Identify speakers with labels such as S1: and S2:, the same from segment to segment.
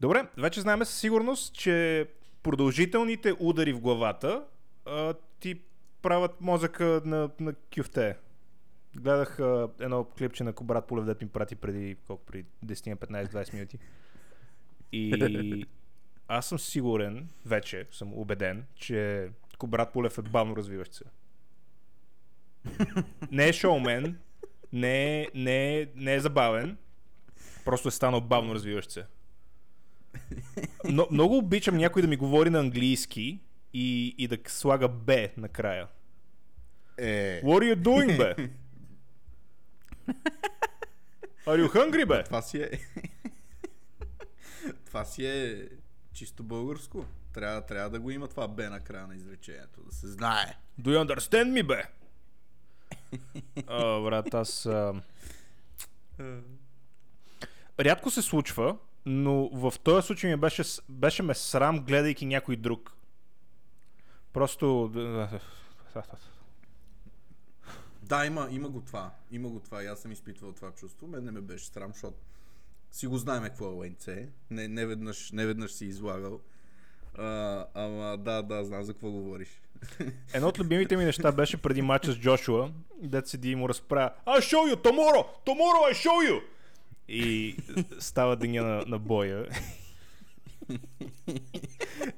S1: Добре, вече знаем със сигурност, че продължителните удари в главата а, ти правят мозъка на, на кюфте. Гледах а, едно клипче на Кобрат Полев, дет ми прати преди, колко, преди 10-15-20 минути. И аз съм сигурен, вече съм убеден, че Кобрат Полев е бавно развиващ се. Не е шоумен, не е, не е, не е забавен, просто е станал бавно развиващ се. Но, много обичам някой да ми говори на английски и, и да слага Б накрая.
S2: Е,
S1: What are you doing, бе? Are you hungry, бе?
S2: това си е... това си е чисто българско. Трябва, трябва да го има това бе на края на изречението, да се знае.
S1: Do you understand me, бе? А, брат, аз... А... Рядко се случва, но в този случай ми беше, с- беше ме срам, гледайки някой друг. Просто...
S2: Да, има, има го това. Има го това. И аз съм изпитвал това чувство. Мен не ме беше срам, защото си го знаем какво е ленце. Не, не, веднъж, не веднъж си е излагал. А, ама да, да, знам за какво говориш.
S1: Едно от любимите ми неща беше преди мача с Джошуа, дет седи и му разправя I show you tomorrow! Tomorrow I show you! И става деня на, на боя.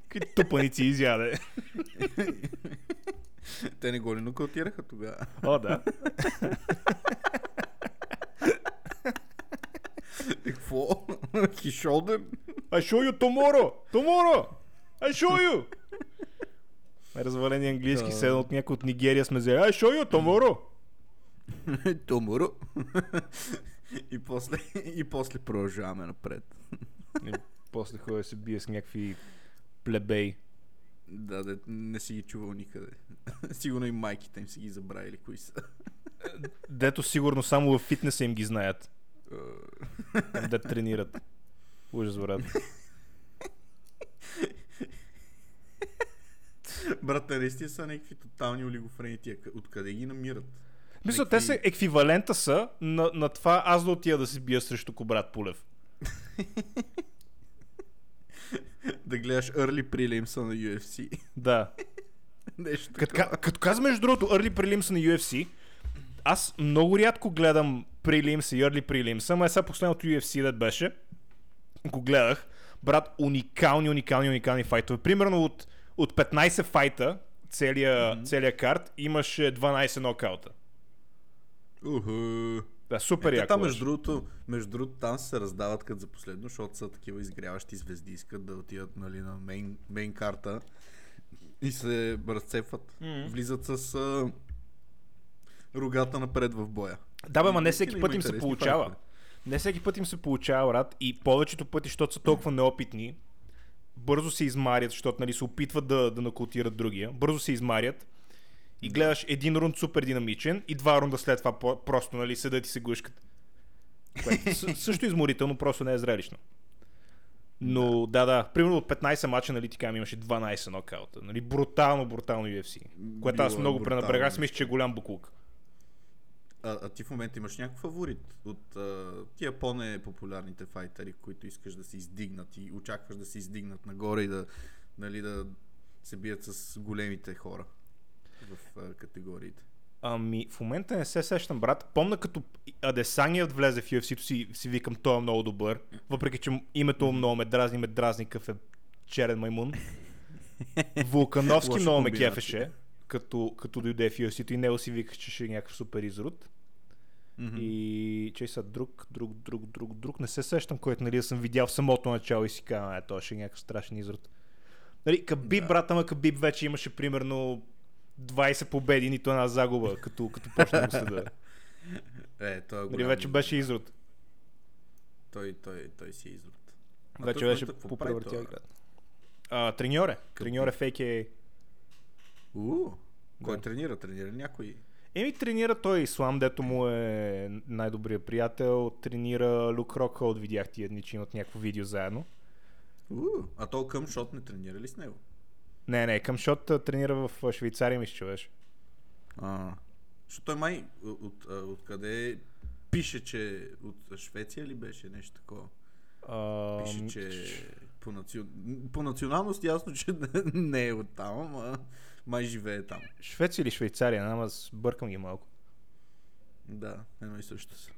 S1: Какви тупаници изяде.
S2: Те не го ли нокаутираха тогава?
S1: О, да.
S2: И Какво? Хишолден?
S1: I show you tomorrow! Tomorrow! I show you! Развалени английски седен от някой от Нигерия сме взели. I show you tomorrow!
S2: Томуро. и, после, и после продължаваме напред.
S1: И после хора се бие с някакви плебей.
S2: Да, да, не си ги чувал никъде. Сигурно и майките им си ги забравили, кои са.
S1: Дето сигурно само във фитнеса им ги знаят. Там да тренират. Ужас, брат.
S2: Брат, те наистина са някакви тотални олигофрени тия. къ- Откъде ги намират?
S1: Мисля, те са еквивалента са на, на това аз да отида да се бия срещу Кобрат Пулев.
S2: Да гледаш early prelims на UFC.
S1: Да.
S2: Нещо
S1: Като,
S2: такова.
S1: ка- като казвам, между другото, early prelims на UFC, аз много рядко гледам prelims и early prelims, ама е сега последното UFC да беше, го гледах, брат, уникални, уникални, уникални файтове. Примерно от, от 15 файта, целия, mm-hmm. целия карт, имаше 12 нокаута.
S2: Уху.
S1: Да, супер
S2: Те
S1: яко.
S2: там,
S1: беше.
S2: между другото, между другото, там се раздават като за последно, защото са такива изгряващи звезди, искат да отидат нали, на мейн, мейн карта и се разцепват. Mm-hmm. Влизат с а, рогата напред в боя.
S1: Да, бе, ма не
S2: Има
S1: всеки път им се
S2: интересни
S1: получава.
S2: фактори.
S1: Не всеки път им се получава, брат. И повечето пъти, защото са толкова неопитни, бързо се измарят, защото нали, се опитват да, да накултират другия. Бързо се измарят. И гледаш един рунд супер динамичен и два рунда след това по- просто нали, седат и се гушкат. Което с- също е изморително, просто не е зрелищно. Но да, да, примерно от 15 мача, нали, ти кажа, имаше 12 нокаута. Нали, брутално, брутално UFC. Което аз
S2: Било е
S1: много
S2: брутално.
S1: пренабрегах, аз мисля, че е голям буклук.
S2: А, а ти в момента имаш някакъв фаворит от а, тия по-непопулярните файтери, които искаш да се издигнат и очакваш да се издигнат нагоре и да, нали, да се бият с големите хора в а, категориите.
S1: Ами, в момента не се сещам, брат. Помна като Адесаният влезе в UFC-то си, си викам, той е много добър. Въпреки, че името му много ме дразни, ме дразни какъв е черен маймун. Вулкановски
S2: Лоша
S1: много ме
S2: комбинация.
S1: кефеше, като, като дойде в UFC-то и него си виках, че ще е някакъв супер изрод. И че са друг, друг, друг, друг, друг. Не се сещам, който нали, да съм видял в самото начало и си казвам, е, той ще е някакъв страшен изрод. Нали, Кабиб, да. брат, ама Кабиб вече имаше примерно 20 победи, нито една загуба, като, като почна да го следа.
S2: Е, той е
S1: Нали,
S2: голям
S1: вече
S2: изрод.
S1: беше изрод.
S2: Той, той, той си е изрод. А
S1: Вече
S2: той в
S1: беше
S2: момента какво прави
S1: попревъртял
S2: това?
S1: играта. А, треньор е. Треньор е фейк е.
S2: У, кой тренира? Тренира ли някой?
S1: Еми тренира той Ислам, дето му е най-добрият приятел. Тренира Люк Рокхолд, видях тия дни, че имат някакво видео заедно.
S2: У, а то към шот не тренира ли с него?
S1: Не, не, Къмшот а, тренира в а, Швейцария, мисля, че беше.
S2: А. Защото той май от, от, от къде пише, че от Швеция ли беше нещо такова?
S1: А,
S2: Пише, че по, наци... по националност ясно, че не е от там, ама май живее там.
S1: Швеция или Швейцария, не знам, аз бъркам ги малко.
S2: Да, едно и също са.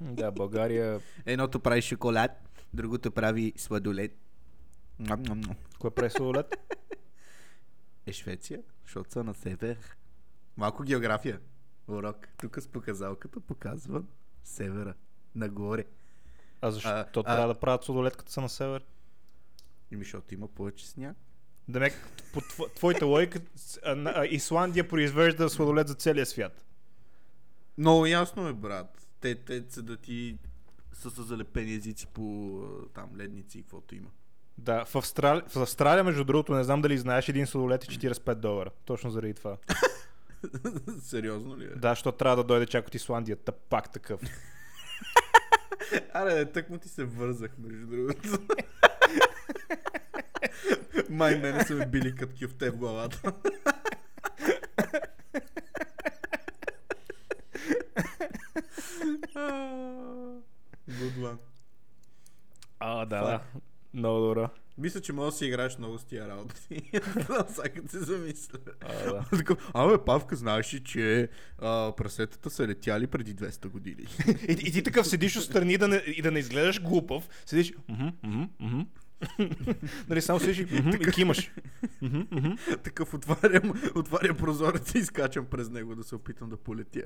S1: Да, България,
S2: Едното прави шоколад, другото прави сладолет.
S1: кое прави солет?
S2: Е Швеция, защото са на север. Малко география. Урок. Тук с показалката показва севера. Нагоре.
S1: А защо
S2: А, а-
S1: трябва да правят солет като са на север?
S2: Ими, Ами, защото има повече сняг.
S1: Демек, по тво- твоята логика, с- а, на- а, Исландия произвежда сладолет за целия свят.
S2: Много ясно е, брат. Те, те са да ти са с залепени езици по а, там ледници и каквото има.
S1: Да, в Австралия, в Австралия, между другото, не знам дали знаеш, един сладолет е 45 долара. Точно заради това.
S2: Сериозно ли е?
S1: Да, защото трябва да дойде чак от Исландия. Та пак такъв.
S2: Аре, тък му ти се вързах, между другото. Май мене са ме били като кюфте в главата. Good one.
S1: А, да,
S2: Fuck.
S1: да. е Много добра.
S2: Мисля, че можеш да си играеш много с тия работи. Сега се замисля.
S1: А, да.
S2: Такъв, Абе, Павка, знаеш ли, че а, прасетата са летяли преди 200 години?
S1: И, и ти такъв седиш отстрани да не, и да не изгледаш глупав. Седиш. мгм, мгм, мгм. Нали, само седиш и, мгм, и кимаш. Мгм, мгм.
S2: Такъв отварям, отварям прозореца и скачам през него да се опитам да полетя.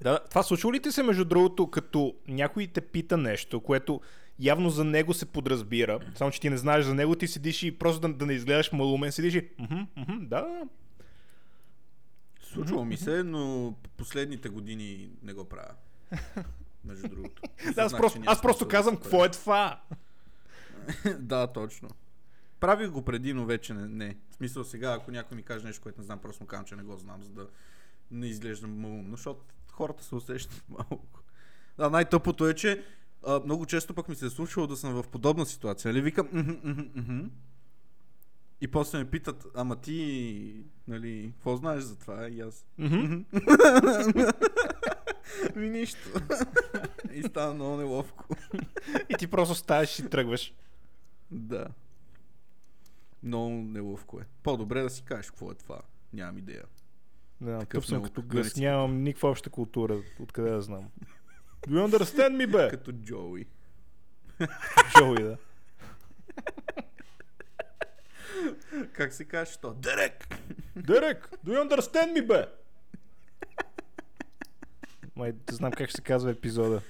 S1: Да, да. това случва ли ти се, между другото, като някой те пита нещо, което явно за него се подразбира, само че ти не знаеш за него, ти седиш и просто да, да не изгледаш малумен, седиш и мгм, мгм, да,
S2: Случва ми се, но последните години не го правя. Между другото.
S1: да
S2: значи,
S1: аз, просто, аз просто казвам, какво е това?
S2: да, точно. Правих го преди, но вече не, не. В смисъл сега, ако някой ми каже нещо, което не знам, просто му казвам, че не го знам, за да не изглеждам малумно, защото хората се усещат малко. Да, най-тъпото е, че а, много често пък ми се е случвало да съм в подобна ситуация. Нали, викам, мхм, мхм, мхм. И после ме питат, ама ти, нали, какво знаеш за това? И аз,
S1: Мгм.
S2: ми нищо. И става много неловко.
S1: И ти просто ставаш и тръгваш.
S2: Да. Много неловко е. По-добре да си кажеш какво е това. Нямам идея.
S1: Да,
S2: Такъв
S1: тъп съм
S2: много
S1: като гъс,
S2: гънеци.
S1: нямам никаква обща култура, откъде да знам. Do you understand me, бе?
S2: Като Джоуи.
S1: Джоуи, да.
S2: Как се каже то? Дерек!
S1: Дерек, do you understand me, бе? Май, не знам как ще се казва епизода.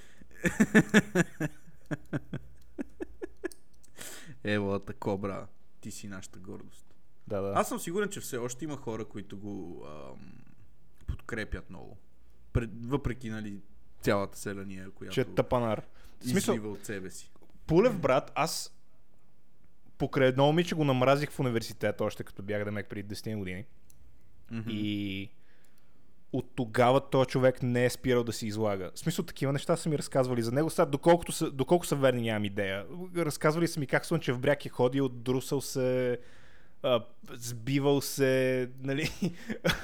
S2: Ева, кобра. Ти си нашата гордост.
S1: Да, да.
S2: Аз съм сигурен, че все още има хора, които го ам, подкрепят много. Пред, въпреки, нали, цялата селения, която
S1: Че е тъпанар. В смисъл,
S2: излива от себе си.
S1: Пулев, брат, аз покрай едно момиче го намразих в университета, още като бях демек преди 10 години.
S2: Мгм.
S1: И от тогава този човек не е спирал да се излага. В смисъл, такива неща са ми разказвали за него. Сега, доколкото са, доколко са верни, нямам идея. Разказвали са ми как Слънчев бряг е ходил, друсал се, а, сбивал се, нали,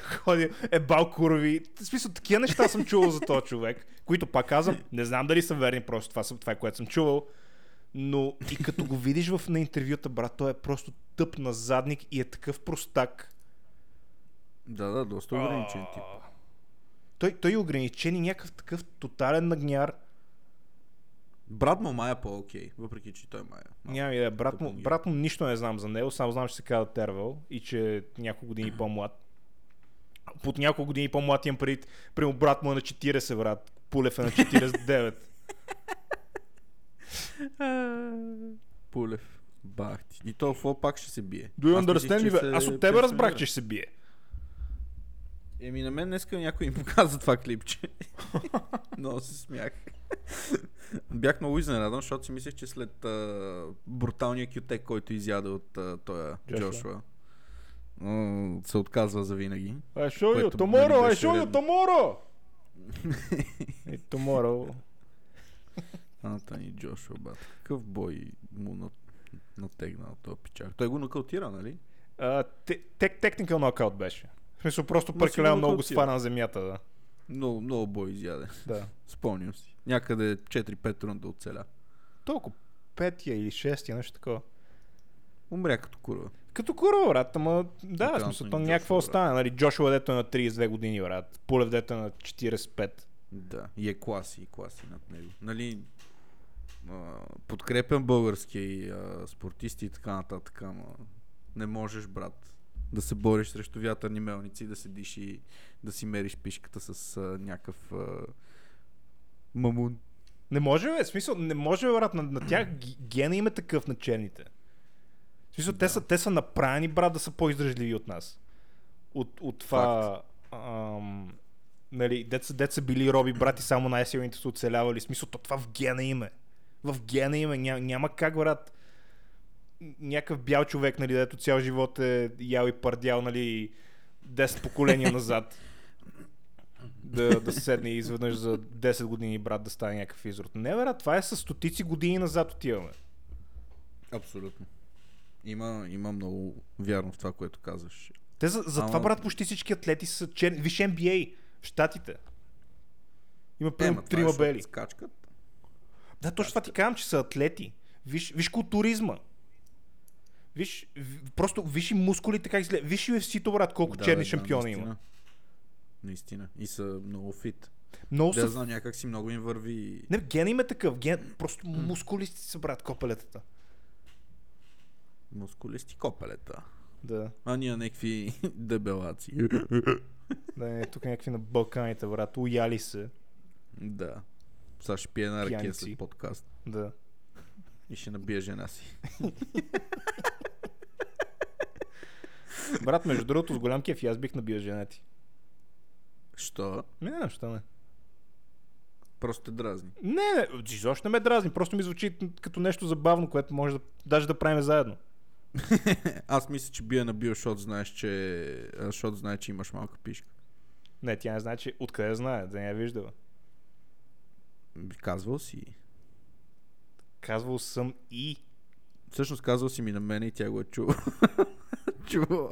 S1: ходил, е бал курви. В смисъл, такива неща съм чувал за този човек, които пак казвам, не знам дали са верни, просто това, съм, това е което съм чувал. Но и като го видиш в, на интервюта, брат, той е просто тъп на задник и е такъв простак.
S2: Да, да, доста ограничен тип.
S1: А. Той, той е ограничен и някакъв такъв тотален нагняр.
S2: Брат му май е по-окей, въпреки, че той май е. малко
S1: Няма идея. Брат му,
S2: тъпо ги е.
S1: брат му нищо не знам за него, само знам, че се казва Тервел и че е няколко години по-млад. Под няколко години по-млад имам преди, прямо брат му е на 40, брат. Пулев е на 49.
S2: Пулев. Бах ти. И то какво пак ще се бие?
S1: Do you
S2: Аз мислих,
S1: understand
S2: че
S1: me, бе?
S2: се е
S1: Аз от тебе разбрах, че
S2: пенсионира.
S1: ще се бие.
S2: Еми на мен днеска някой им показа това клипче. много се смях. Бях много изненадан, защото си мислех, че след а, бруталния кютек, който изяда от а, тоя
S1: Джошуа.
S2: Джошуа, м, се отказва за винаги.
S1: I show you
S2: Което
S1: tomorrow, I
S2: нали беше
S1: show you
S2: редно.
S1: tomorrow! И tomorrow.
S2: Антони Джошуа, бат. Какъв бой му на... натегнал този пичак. Той го нокаутира, нали?
S1: А, те- тек- Technical knockout беше. В смисъл, просто
S2: Но
S1: прекалено
S2: сигурно
S1: много го
S2: отива.
S1: свана на земята, да.
S2: Много, много бой изяде.
S1: да.
S2: Спомням си. Някъде 4-5 рунда оцеля.
S1: толкова петия или шестия, нещо такова.
S2: Умря като курва.
S1: Като куро, брат, ама да, в
S2: Брутално
S1: смисъл,
S2: и
S1: то
S2: Джошуа,
S1: някаква
S2: брат.
S1: остана. Нали, Джошуа дето е на 32 години, брат. Пулев дето е на 45.
S2: Да, и е класи, и класи над него. Нали, а, подкрепям българския и а, спортисти и така нататък, ама не можеш, брат, да се бориш срещу вятърни мелници, да седиш и да си мериш пишката с а, някакъв а, мамун.
S1: Не може, бе, в смисъл, не може, бе, брат, на, на тях г- гена им е такъв на черните. В смисъл, те, са, те са направени, брат, да са по-издръжливи от нас. От, от това... Ам, нали, деца, деца били роби, брат, и само най-силните са оцелявали. В смисъл, то това в гена им е. В гена им е. Ня, няма как, брат, н- някакъв бял човек, нали, дето цял живот е ял и пардял, нали, 10 поколения назад. да, да седне и изведнъж за 10 години брат да стане някакъв изрод. Не, бе, брат, това е с стотици години назад отиваме.
S2: Абсолютно. Има, има много вярно в това, което казваш.
S1: Те за, за това,
S2: Ама-
S1: брат, почти всички атлети са черни. Виж NBA, в Штатите. Има
S2: Е,
S1: примерно
S2: ма това е,
S1: трима
S2: защото
S1: бели.
S2: Скачкат.
S1: Да, точно това ти казвам, че са атлети. Виж, виж културизма. Виж, в- просто виж и мускулите как изглежда. Виж и UFC-то, брат, колко
S2: Да,
S1: да, черни
S2: бе,
S1: да,
S2: да,
S1: шампиони
S2: наистина.
S1: има.
S2: Наистина. И са много фит.
S1: Много
S2: Да,
S1: са...
S2: знам, някак си много им върви
S1: Не, ген им е такъв. Ген... Просто мускулисти са, брат, копелетата.
S2: мускулисти копелета.
S1: Да.
S2: А ние някакви дебелаци.
S1: Да, не, тук някакви на Балканите, брат. Уяли се.
S2: да. Сега ще пие една ракия
S1: Пиянци.
S2: след подкаст
S1: Да.
S2: и ще набие жена си.
S1: Брат, между другото, с голям кеф и аз бих набил жена ти.
S2: Що?
S1: Не, не, що не.
S2: Просто те дразни.
S1: Не, не, изобщо не ме дразни. Просто ми звучи като нещо забавно, което може да, даже да правим заедно.
S2: Аз мисля, че бия набил, защото знаеш, че... а, Защото знае, че имаш малка пишка.
S1: Не, тя не знае, че откъде знае, да не я виждала.
S2: Казвал си.
S1: Казвал съм и.
S2: Всъщност казвал си ми на мен и тя го е чула. чула.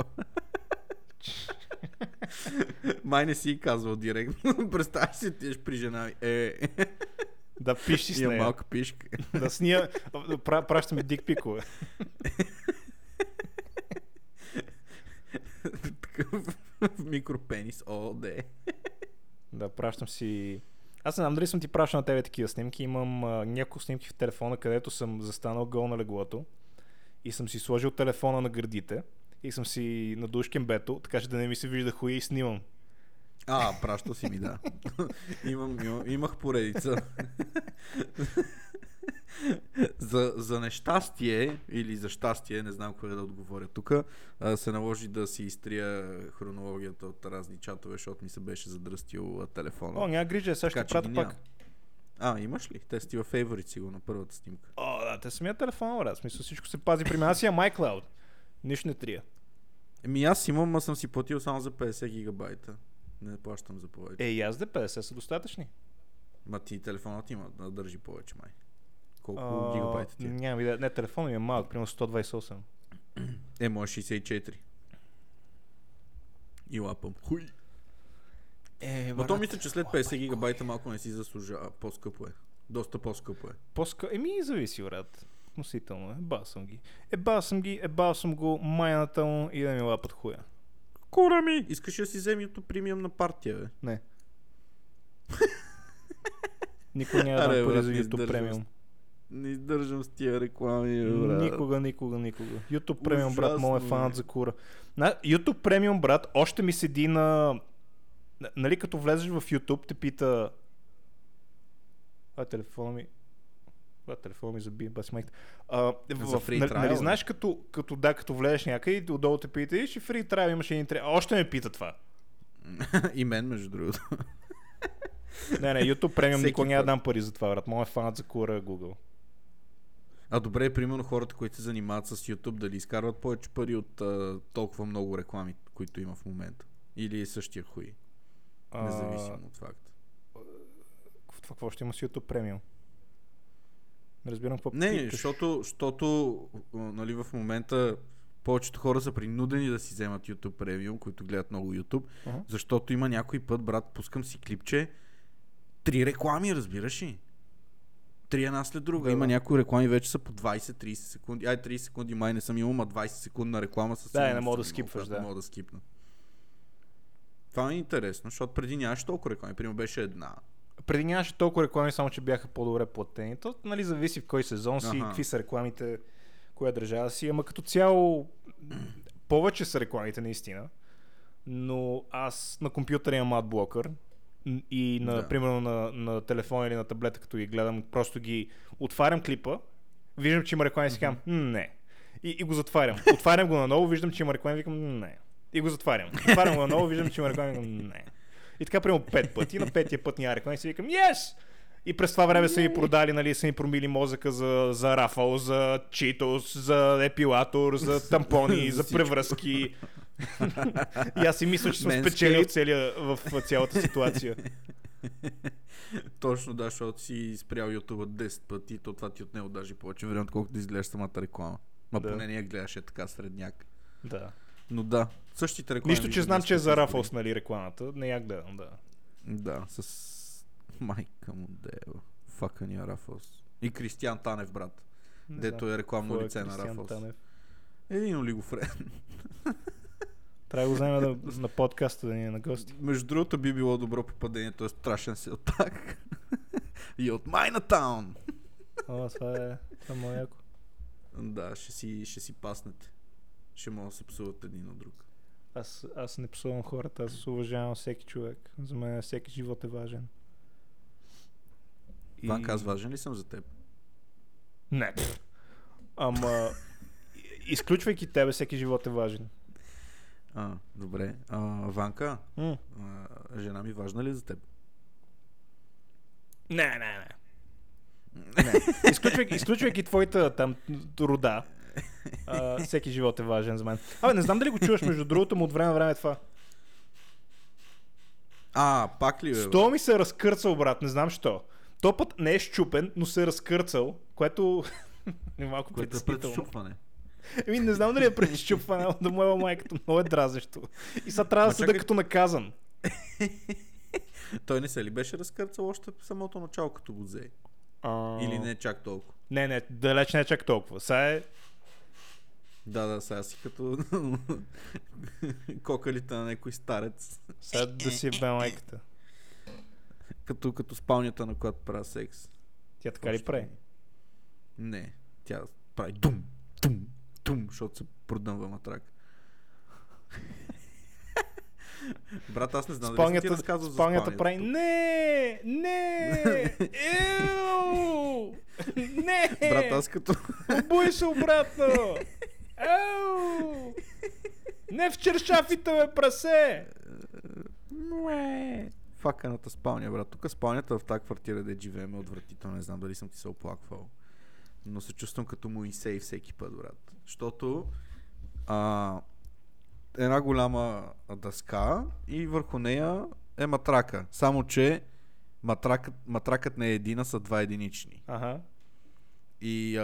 S2: Май не си и казвал директно. Представяш си, ти при жена. ми, Е,
S1: Да пиши с
S2: има
S1: нея.
S2: малка пишка.
S1: Да с ния. да пра- Пращаме дикпикове.
S2: Такъв микропенис. О, де.
S1: Да, пращам си. Аз не знам дали съм ти пращал на тебе такива снимки. Имам а, няколко снимки в телефона, където съм застанал гол на леглото и съм си сложил телефона на гърдите и съм си надуш кембето, така че да не ми се вижда хуя и снимам.
S2: А, пращал си ми, да. Имам, имам, имах поредица. за, за нещастие или за щастие, не знам кое да отговоря тук, се наложи да си изтрия хронологията от разни чатове, защото ми се беше задръстил а, телефона.
S1: О, няма грижа, е, сега ще
S2: Така
S1: ти
S2: че
S1: пратя
S2: ги
S1: пак.
S2: няма. А, имаш ли? Те сти във фейворит сигурно, първата снимка.
S1: О, да, те самия телефон, брат. В Смисъл, всичко се пази при мен. Аз имам iCloud. Нищо не трия.
S2: Еми аз имам, а съм си платил само за 50 гигабайта. Не плащам за повече.
S1: Е, и аз да 50 са достатъчни.
S2: Ма ти телефонът има, да държи повече май. Колко
S1: А,
S2: гигабайта ти е?
S1: Нямам идея. Не, телефона ми е малък, примерно 128.
S2: Е, мой е 64. И лапам. Хуй.
S1: Е,
S2: Ма то мисля, че след 50 гигабайта малко не си заслужава. По-скъпо е. Доста по-скъпо е.
S1: Поска... Еми, зависи, брат. Относително е. Бал съм ги. Ебал съм ги, ебал съм го, майната му и да ми лапат хуя.
S2: Кура ми! Искаш ли да си вземи от премиум на партия, бе?
S1: Не. Никой няма да
S2: Аре,
S1: дам пари
S2: брат,
S1: за
S2: не
S1: YouTube
S2: издържам
S1: премиум.
S2: Не издържам с тия реклами, бе, брат.
S1: Никога, никога, никога. YouTube премиум, брат,
S2: Ужасно
S1: моят
S2: е.
S1: фанат за кура. На, YouTube премиум, брат, още ми седи на... на- Нали, като влезеш в YouTube, те пита... А, телефона ми... А, телефона ми заби, баси майката. А,
S2: За
S1: в,
S2: free
S1: нали,
S2: trial,
S1: нали,
S2: бе?
S1: знаеш, като, като, да, като влезеш някъде, и отдолу те пита, и ще фри трайл имаш един трайл. Още ме пита това.
S2: И мен, между другото.
S1: Не, не, YouTube премиум
S2: Всеки
S1: никога няма
S2: път.
S1: да дам пари за това, брат. Моят фанат за кура е Google.
S2: А добре, примерно хората, които се занимават с YouTube, дали изкарват повече пари от а, толкова много реклами, които има в момента? Или е същия хуй?
S1: А,
S2: Независимо от факта.
S1: Това какво ще има с YouTube премиум? Не разбирам какво
S2: Не,
S1: питаш.
S2: защото, защото а, нали, в момента повечето хора са принудени да си вземат YouTube премиум, които гледат много YouTube,
S1: Ага.
S2: защото има някой път, брат, пускам си клипче, три реклами, разбираш ли? Три една след друга.
S1: Да,
S2: Има
S1: да.
S2: някои реклами вече са по 20-30 секунди. Ай, 30 секунди май не съм имал, ма 20 секундна реклама със
S1: Да, не
S2: сигурност
S1: мога да
S2: съм имал,
S1: скипваш,
S2: която
S1: да.
S2: Не мога да скипна. Това ми е интересно, защото преди нямаше толкова реклами. Примерно беше една.
S1: Преди нямаше толкова реклами, само че бяха по-добре платени. То нали, зависи в кой сезон си,
S2: Аха.
S1: какви са рекламите, коя държава си. Ама като цяло, повече са рекламите наистина. Но аз на компютъра имам адблокър н- и на,
S2: Да.
S1: да. примерно на, на телефона или на таблета, като ги гледам, просто ги отварям клипа, виждам, че има реклами и си казвам, «М, не. И, и го затварям. Отварям го наново, виждам, че има реклами, викам, «М, не. И го затварям. Отварям го наново, виждам, че има реклами, викам, «М, не. И така, примерно, пет пъти. На петия път няма реклами и си викам, yes! И през това време са ми продали, нали, са ми промили мозъка за, за рафал, за читос, за епилатор, за тампони,
S2: За
S1: за
S2: всичко.
S1: превръзки. И аз си мисля, че съм
S2: Manscaped.
S1: спечелил целия, в цялата ситуация.
S2: Точно да, защото си спрял YouTube 10 пъти, то това ти отнело даже повече време, отколкото да изгледаш самата реклама. Ма
S1: Да.
S2: поне ние гледаше така средняк.
S1: Да.
S2: Но да, същите реклами.
S1: Нищо, че
S2: виждам
S1: знам,
S2: днес
S1: че е
S2: пъти
S1: за
S2: избори.
S1: Рафалс, нали, рекламата. Не я гледам, да.
S2: Да, с майка му дева. Факания Рафалс. И Кристиан Танев, брат.
S1: Не
S2: дето
S1: знам.
S2: е рекламно
S1: Кой е
S2: лице на
S1: Кристиан
S2: Рафалс.
S1: Танев?
S2: Един олигофрен.
S1: Трябва да го вземем да, на подкаста да ни е на гости.
S2: Между другото би било добро попадение, той е страшен си оттак. И от Майнатаун.
S1: Ама това е само яко.
S2: Да, ще си, ще си паснете. Ще могат да се псуват един от друг.
S1: Аз, аз не псувам хората, аз уважавам всеки човек. За мен всеки живот е важен.
S2: И... Ванка, аз важен ли съм за теб?
S1: Не. пф. Ама, и- изключвайки тебе, всеки живот е важен.
S2: А, добре. А, Ванка,
S1: М.
S2: а, жена ми важна ли е за теб?
S1: Не, не, не. не. Изключвайки, изключвайки твоята там рода, а, всеки живот е важен за мен. Абе, не знам дали го чуваш, между другото, му от време на време това.
S2: А, пак ли бе? бе?
S1: Сто ми се е разкърцал, брат, не знам що. То път не е щупен, но се е разкърцал, което е малко
S2: Което е
S1: притеснително.
S2: предщупване.
S1: Еми, не знам дали е предщупване, ама да му е майката, много е дразещо. И сега трябва
S2: Ма
S1: да седа
S2: чакай.
S1: като наказан.
S2: Той не се ли беше разкърцал още в самото начало, като го взе? Или не чак толкова?
S1: Не, не, далеч не е чак толкова. Сега е
S2: Да, да, сега си като кокалите на някой старец.
S1: сега да си е бе майката.
S2: Като, като спалнята, на която правя секс.
S1: Тя така ли
S2: Още
S1: прави?
S2: Не, тя прави дум, дум, дум, защото се продъмва матрак. Брат, аз не знам дали съм ти
S1: Спалнята,
S2: разказвал
S1: спалнята
S2: за
S1: прави не, не, еу, не,
S2: тук. Брат, аз като...
S1: обуй се обратно, еу, не в чершафите ме прасе.
S2: Муе. е Факаната спалня, брат. Тук спалнята в тази квартира, де живеем, е отвратително. Не знам дали съм ти се оплаквал. Но се чувствам като му Моисей всеки път, брат. Защото а, една голяма дъска и върху нея е матрака. Само, че матракът, матракът не е един, а са два единични.
S1: Ага,
S2: И а,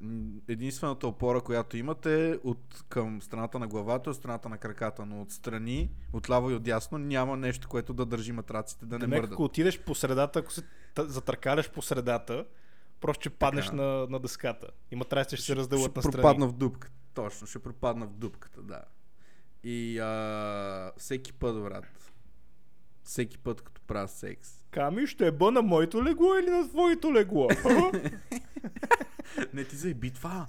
S2: н- единствената опора, която имате е от към страната на главата, от страната на краката, но от страни, от ляво и от дясно няма нещо, което да държи матраците да не
S1: не
S2: мърдат.
S1: ако отидеш по средата, ако се та- затъркаляш по средата, просто ще паднеш
S2: Така.
S1: на, на дъската. Има трябва ще се разделят
S2: ще
S1: на страни.
S2: пропадна в дупката. Точно, ще пропадна в дупката, да. И а, всеки път, брат, всеки път, като правя секс,
S1: Ками ще е бъ на моето легло или на твоето легло? Ха?
S2: не ти заеби това.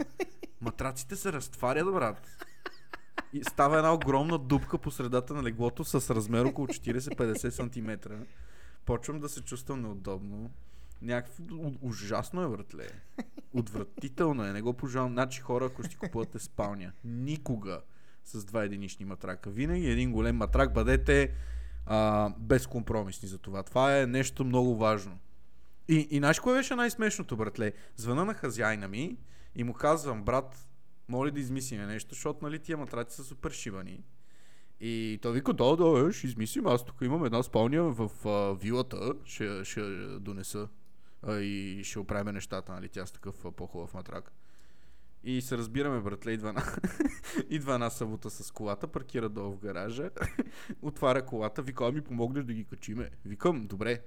S2: Матраците се разтварят, брат. И става една огромна дупка по средата на леглото с размер около 40-50 см. Почвам да се чувствам неудобно. Някакво у- ужасно е, братле. Отвратително е, не го пожелавам. Значи хора, ако ще си купувате спалня, никога с два единични матрака. Винаги един голем матрак, бъдете а, безкомпромисни за това. Това е нещо много важно. И, и знаеш кое беше най-смешното, братле? Звъна на хазяйна ми и му казвам, брат, моля да измислиме нещо, защото нали тия матраци са супер шибани. И той вика, да, да, е, ще измислим, аз тук имам една спалня в а, вилата, ще, ще донеса а, и ще оправим нещата, нали, тя с такъв а, по-хубав матрак. И се разбираме, братле, идва една, идва една събота с колата, паркира долу в гаража, отваря ами колата, вика, «А, ми помогнеш да ги качиме. Викам, добре.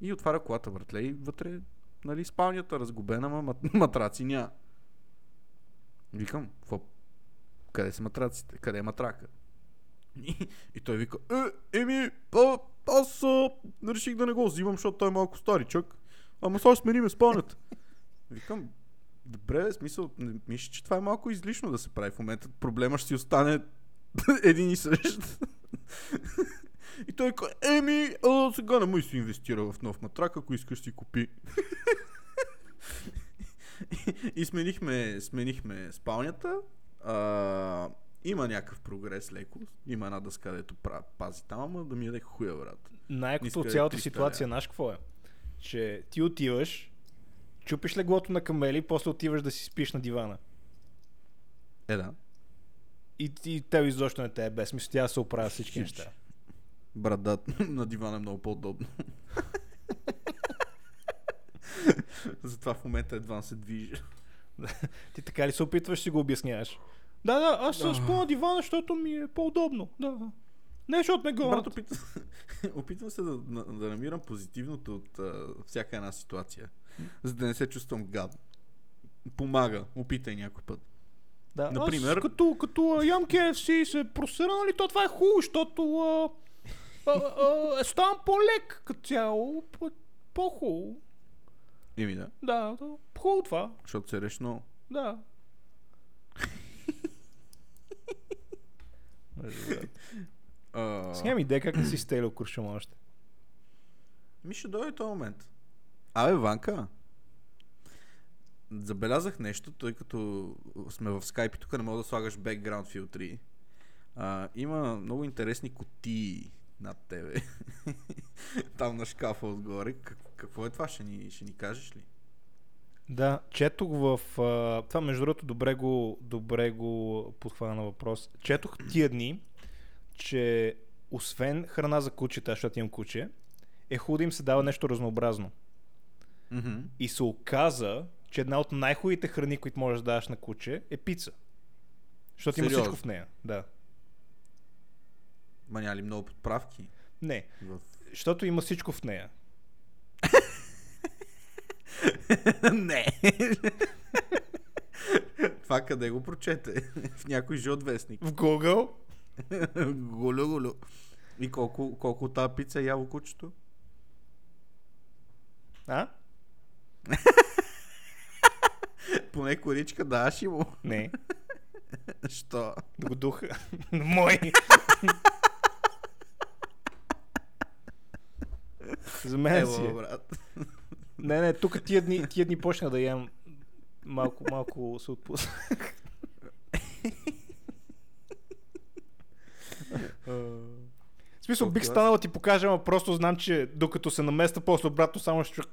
S2: И отваря колата, братле, и вътре нали, спалнята разгубена, ма мат- матраци няма. Викам, какво? Къде са матраците? Къде е матрака? И, и той вика, е, еми, а, аз а, реших да не го взимам, защото той е малко старичък. Ама сега ще смениме спалнята. Викам, добре, в смисъл, не- мисля, че това е малко излишно да се прави в момента. Проблема ще си остане един и същ. И той казва, еми, а, сега не му и се инвестира в нов матрак, ако искаш си купи. и сменихме, сменихме спалнята. А, има някакъв прогрес леко. Има една дъска, дето пра- пази там, ама да ми яде хуя, брат.
S1: Най-якото
S2: Ниска
S1: от
S2: е
S1: цялата
S2: 300
S1: ситуация,
S2: лева.
S1: знаеш какво е? Че ти отиваш, чупиш леглото на камели, после отиваш да си спиш на дивана.
S2: Е, да.
S1: И, и тебе изобщо не те е без смисъл, тя се оправя всички
S2: Хич.
S1: неща.
S2: Брат, да, на дивана е много по-удобно. Затова в момента едва се движи.
S1: Ти така ли се опитваш, си го обясняваш? Да, да, аз съм спа на дивана, защото ми е по-удобно. Да, да. Не, защото ме
S2: Брат,
S1: гонят.
S2: опитвам, опитвам се да, да, да намирам позитивното от а, всяка една ситуация, за да не се чувствам гадно. Помага, опитай някой път.
S1: Да,
S2: Например-
S1: Аз, като, като а, ям KFC и се просера, нали, то това е хубаво, защото а, а, а, а, ставам по-лек като цяло, по- по-хубаво.
S2: Ими да,
S1: Да, да, хубаво това,
S2: защото се е реш много.
S1: да.
S2: А,
S1: Сега ми идея как не си стелил куршума още.
S2: Ми ще дойде този момент. Абе, Ванка, забелязах нещо, тъй като сме в скайп и тук не мога да слагаш бекграунд филтри. А, има много интересни кутии над тебе. Там на шкафа отгоре. Как, какво е това? Ще ни, ще ни кажеш ли?
S1: Да, четох в... А, това между другото добре го, добре го подхвана въпрос. Четох тия дни, че освен храна за кучета, защото имам куче, е хубаво да им се дава нещо разнообразно.
S2: Mm-hmm.
S1: И се оказа, че една от най-хубавите храни, които можеш да даваш на куче, е пица. Защото има
S2: Сериозно?
S1: всичко в нея. Да.
S2: Ма няма ли много подправки?
S1: Не,
S2: В...
S1: защото има всичко в нея.
S2: не! това къде го прочете? в някой жълт вестник.
S1: В Google?
S2: голю, голю. И колко, колко от тази пица е яло кучето?
S1: А?
S2: Поне коричка да аши му.
S1: Не.
S2: Що?
S1: Да го духа. Мой. За мен си.
S2: Ево,
S1: е.
S2: брат.
S1: Не, не, тук тия дни, тия дни почна да ям. Малко, малко се отпусна. В смисъл, бих
S2: Отклас.
S1: станал да ти покажа, ама просто знам, че докато се наместа, после обратно само ще чу-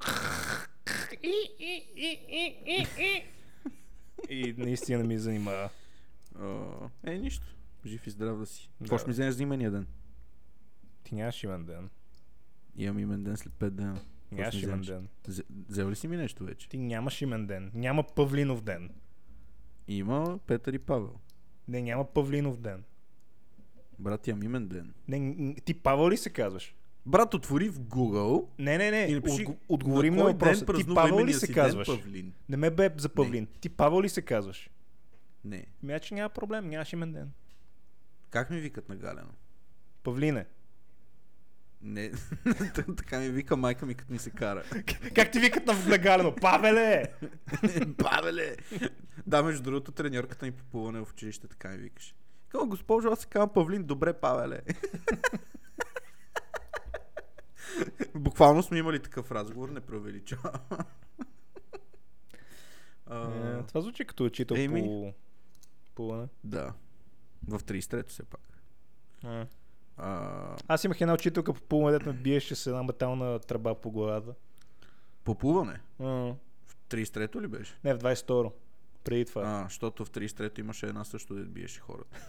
S1: И наистина ми занимава.
S2: О, Е, нищо. Жив и здрав да си.
S1: Да.
S2: Какво ще ми вземеш за имения ден?
S1: Ти нямаш имен ден.
S2: Имам имен ден след 5 дена. Какво
S1: Нямаш
S2: ще ми
S1: имен
S2: вземеш?
S1: ден.
S2: Зе- Взел ли си ми нещо вече?
S1: Ти нямаш имен ден. Няма Павлинов ден.
S2: Има Петър и Павел.
S1: Не, няма Павлинов ден.
S2: Брат, имам имен ден.
S1: Не, н- ти Павел ли се казваш?
S2: Брат, отвори в Google.
S1: Не, не,
S2: и
S1: не.
S2: напиши
S1: Отго- отговори
S2: на
S1: ми на
S2: кой ден
S1: въпроса. Ти
S2: празнува
S1: Павел ли
S2: имения
S1: се
S2: си
S1: казваш?
S2: Ден, Павлин.
S1: Не ме бе за Павлин. Ти Павел ли се казваш?
S2: Не.
S1: Ми, а че няма проблем, нямаш имен ден.
S2: Как ми викат на Галено?
S1: Павлине.
S2: Не, така ми вика майка ми, като ми се кара.
S1: Как ти викат на внагалено? Павеле!
S2: Бабеле! да, между другото, треньорката ми по плуване в училище така ми викаше. Към госпожо, аз се казвам Павлин, добре, Павеле. Буквално сме имали такъв разговор, не преувеличавам. А,
S1: Е, Това звучи като учител
S2: Еми.
S1: по... Плуване.
S2: да. В 33-то все пак.
S1: А.
S2: А,
S1: Аз имах една учителка по плуване, дето ме биеше с една метална тръба по главата.
S2: по плуване?
S1: М.
S2: В 33-то ли беше?
S1: Не, в 22-ро. Преди това.
S2: А, защото в 33-то имаше една също, дето биеше хората.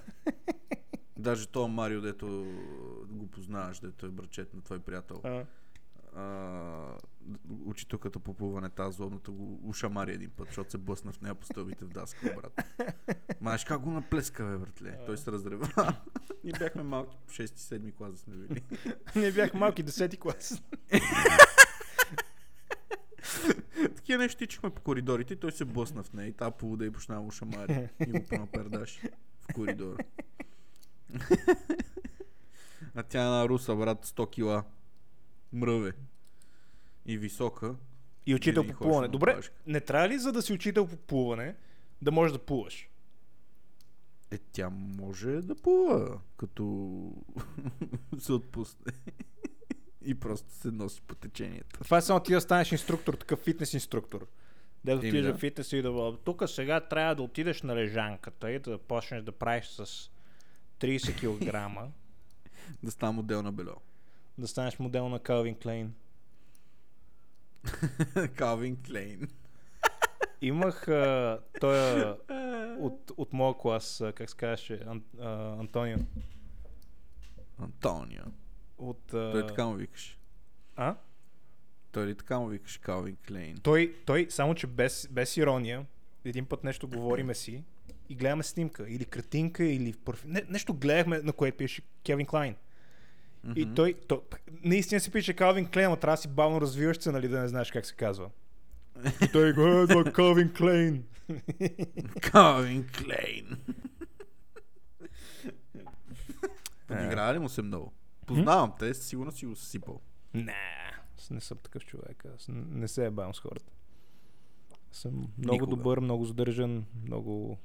S2: Даже то Марио, дето го познаваш, дето е брачет на твой приятел.
S1: А.
S2: а, учителката по плуване, тази злобната го ушамари един път, защото се блъсна в нея по стълбите в даска, брат. Маш, как го наплеска, бе, братле? Той се разрева. Ние бяхме малки, 6-7 клас да сме били.
S1: Ние бях малки, 10-ти клас.
S2: такива нещо тичахме по коридорите и той се блъсна в нея и та полуда и почна да му шамари и му понапердаш в коридора. а тя е една руса, брат, 100 кила. Мръве. И висока.
S1: И учител
S2: Винаги
S1: по
S2: ходиш
S1: плуване.
S2: на
S1: Добре,
S2: плажка.
S1: не трябва ли за да си учител по плуване, да можеш да плуваш?
S2: Е, тя може да плува, като се отпусне. и просто се носи по течението.
S1: Това е само ти да станеш инструктор, такъв фитнес инструктор. Да
S2: Еми,
S1: отидеш
S2: да.
S1: да. в фитнес и да... Тук сега трябва да отидеш на лежанката и да почнеш да правиш с 30 кг.
S2: Да става модел на бельо.
S1: да станеш модел на Калвин Клейн.
S2: Калвин Клейн.
S1: Имах а, той а, от, от моя клас, а, как се казваше, Ан, а, Антонио.
S2: Антонио.
S1: От, а,
S2: Той е така му викаш.
S1: А?
S2: Той ли така му викаш Калвин Клейн?
S1: Той, той, само че без, без ирония, един път нещо говориме си и гледаме снимка, или картинка, или парфюм. Не, нещо гледахме, на което пише Кевин Клайн. И той, то, наистина си пише Калвин Клейн, ама трябва да си бавно развиваш се, нали, да не знаеш как се казва. И той го е, да, Калвин Клейн.
S2: Калвин Клейн. Подиграва ли му се много? Познавам те, сигурно си го съсипал.
S1: Не, аз не съм такъв човек. Аз н- не се е бавам с хората. Аз съм много
S2: Никога.
S1: добър, много задържан, много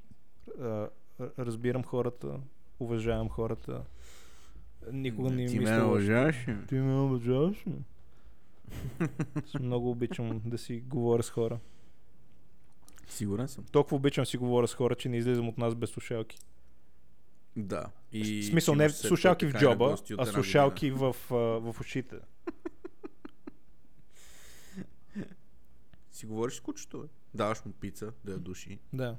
S1: а, р- разбирам хората, уважавам хората. Никога не,
S2: ти
S1: не
S2: ме
S1: мисля. лошо.
S2: лъжаш. ли?
S1: Ти ме уважаваш ли? Аз много обичам да си говоря с хора.
S2: Сигурен съм.
S1: Толкова обичам да си говоря с хора, че не излизам от нас без слушалки.
S2: Да.
S1: И
S2: И
S1: в смисъл
S2: ти
S1: не
S2: му се сетил
S1: слушалки в
S2: така и на
S1: джоба,
S2: гости от
S1: а
S2: една година.
S1: слушалки в, а, в ушите.
S2: Си говориш с кучето, бе. Даваш му пица, да я души.
S1: Да.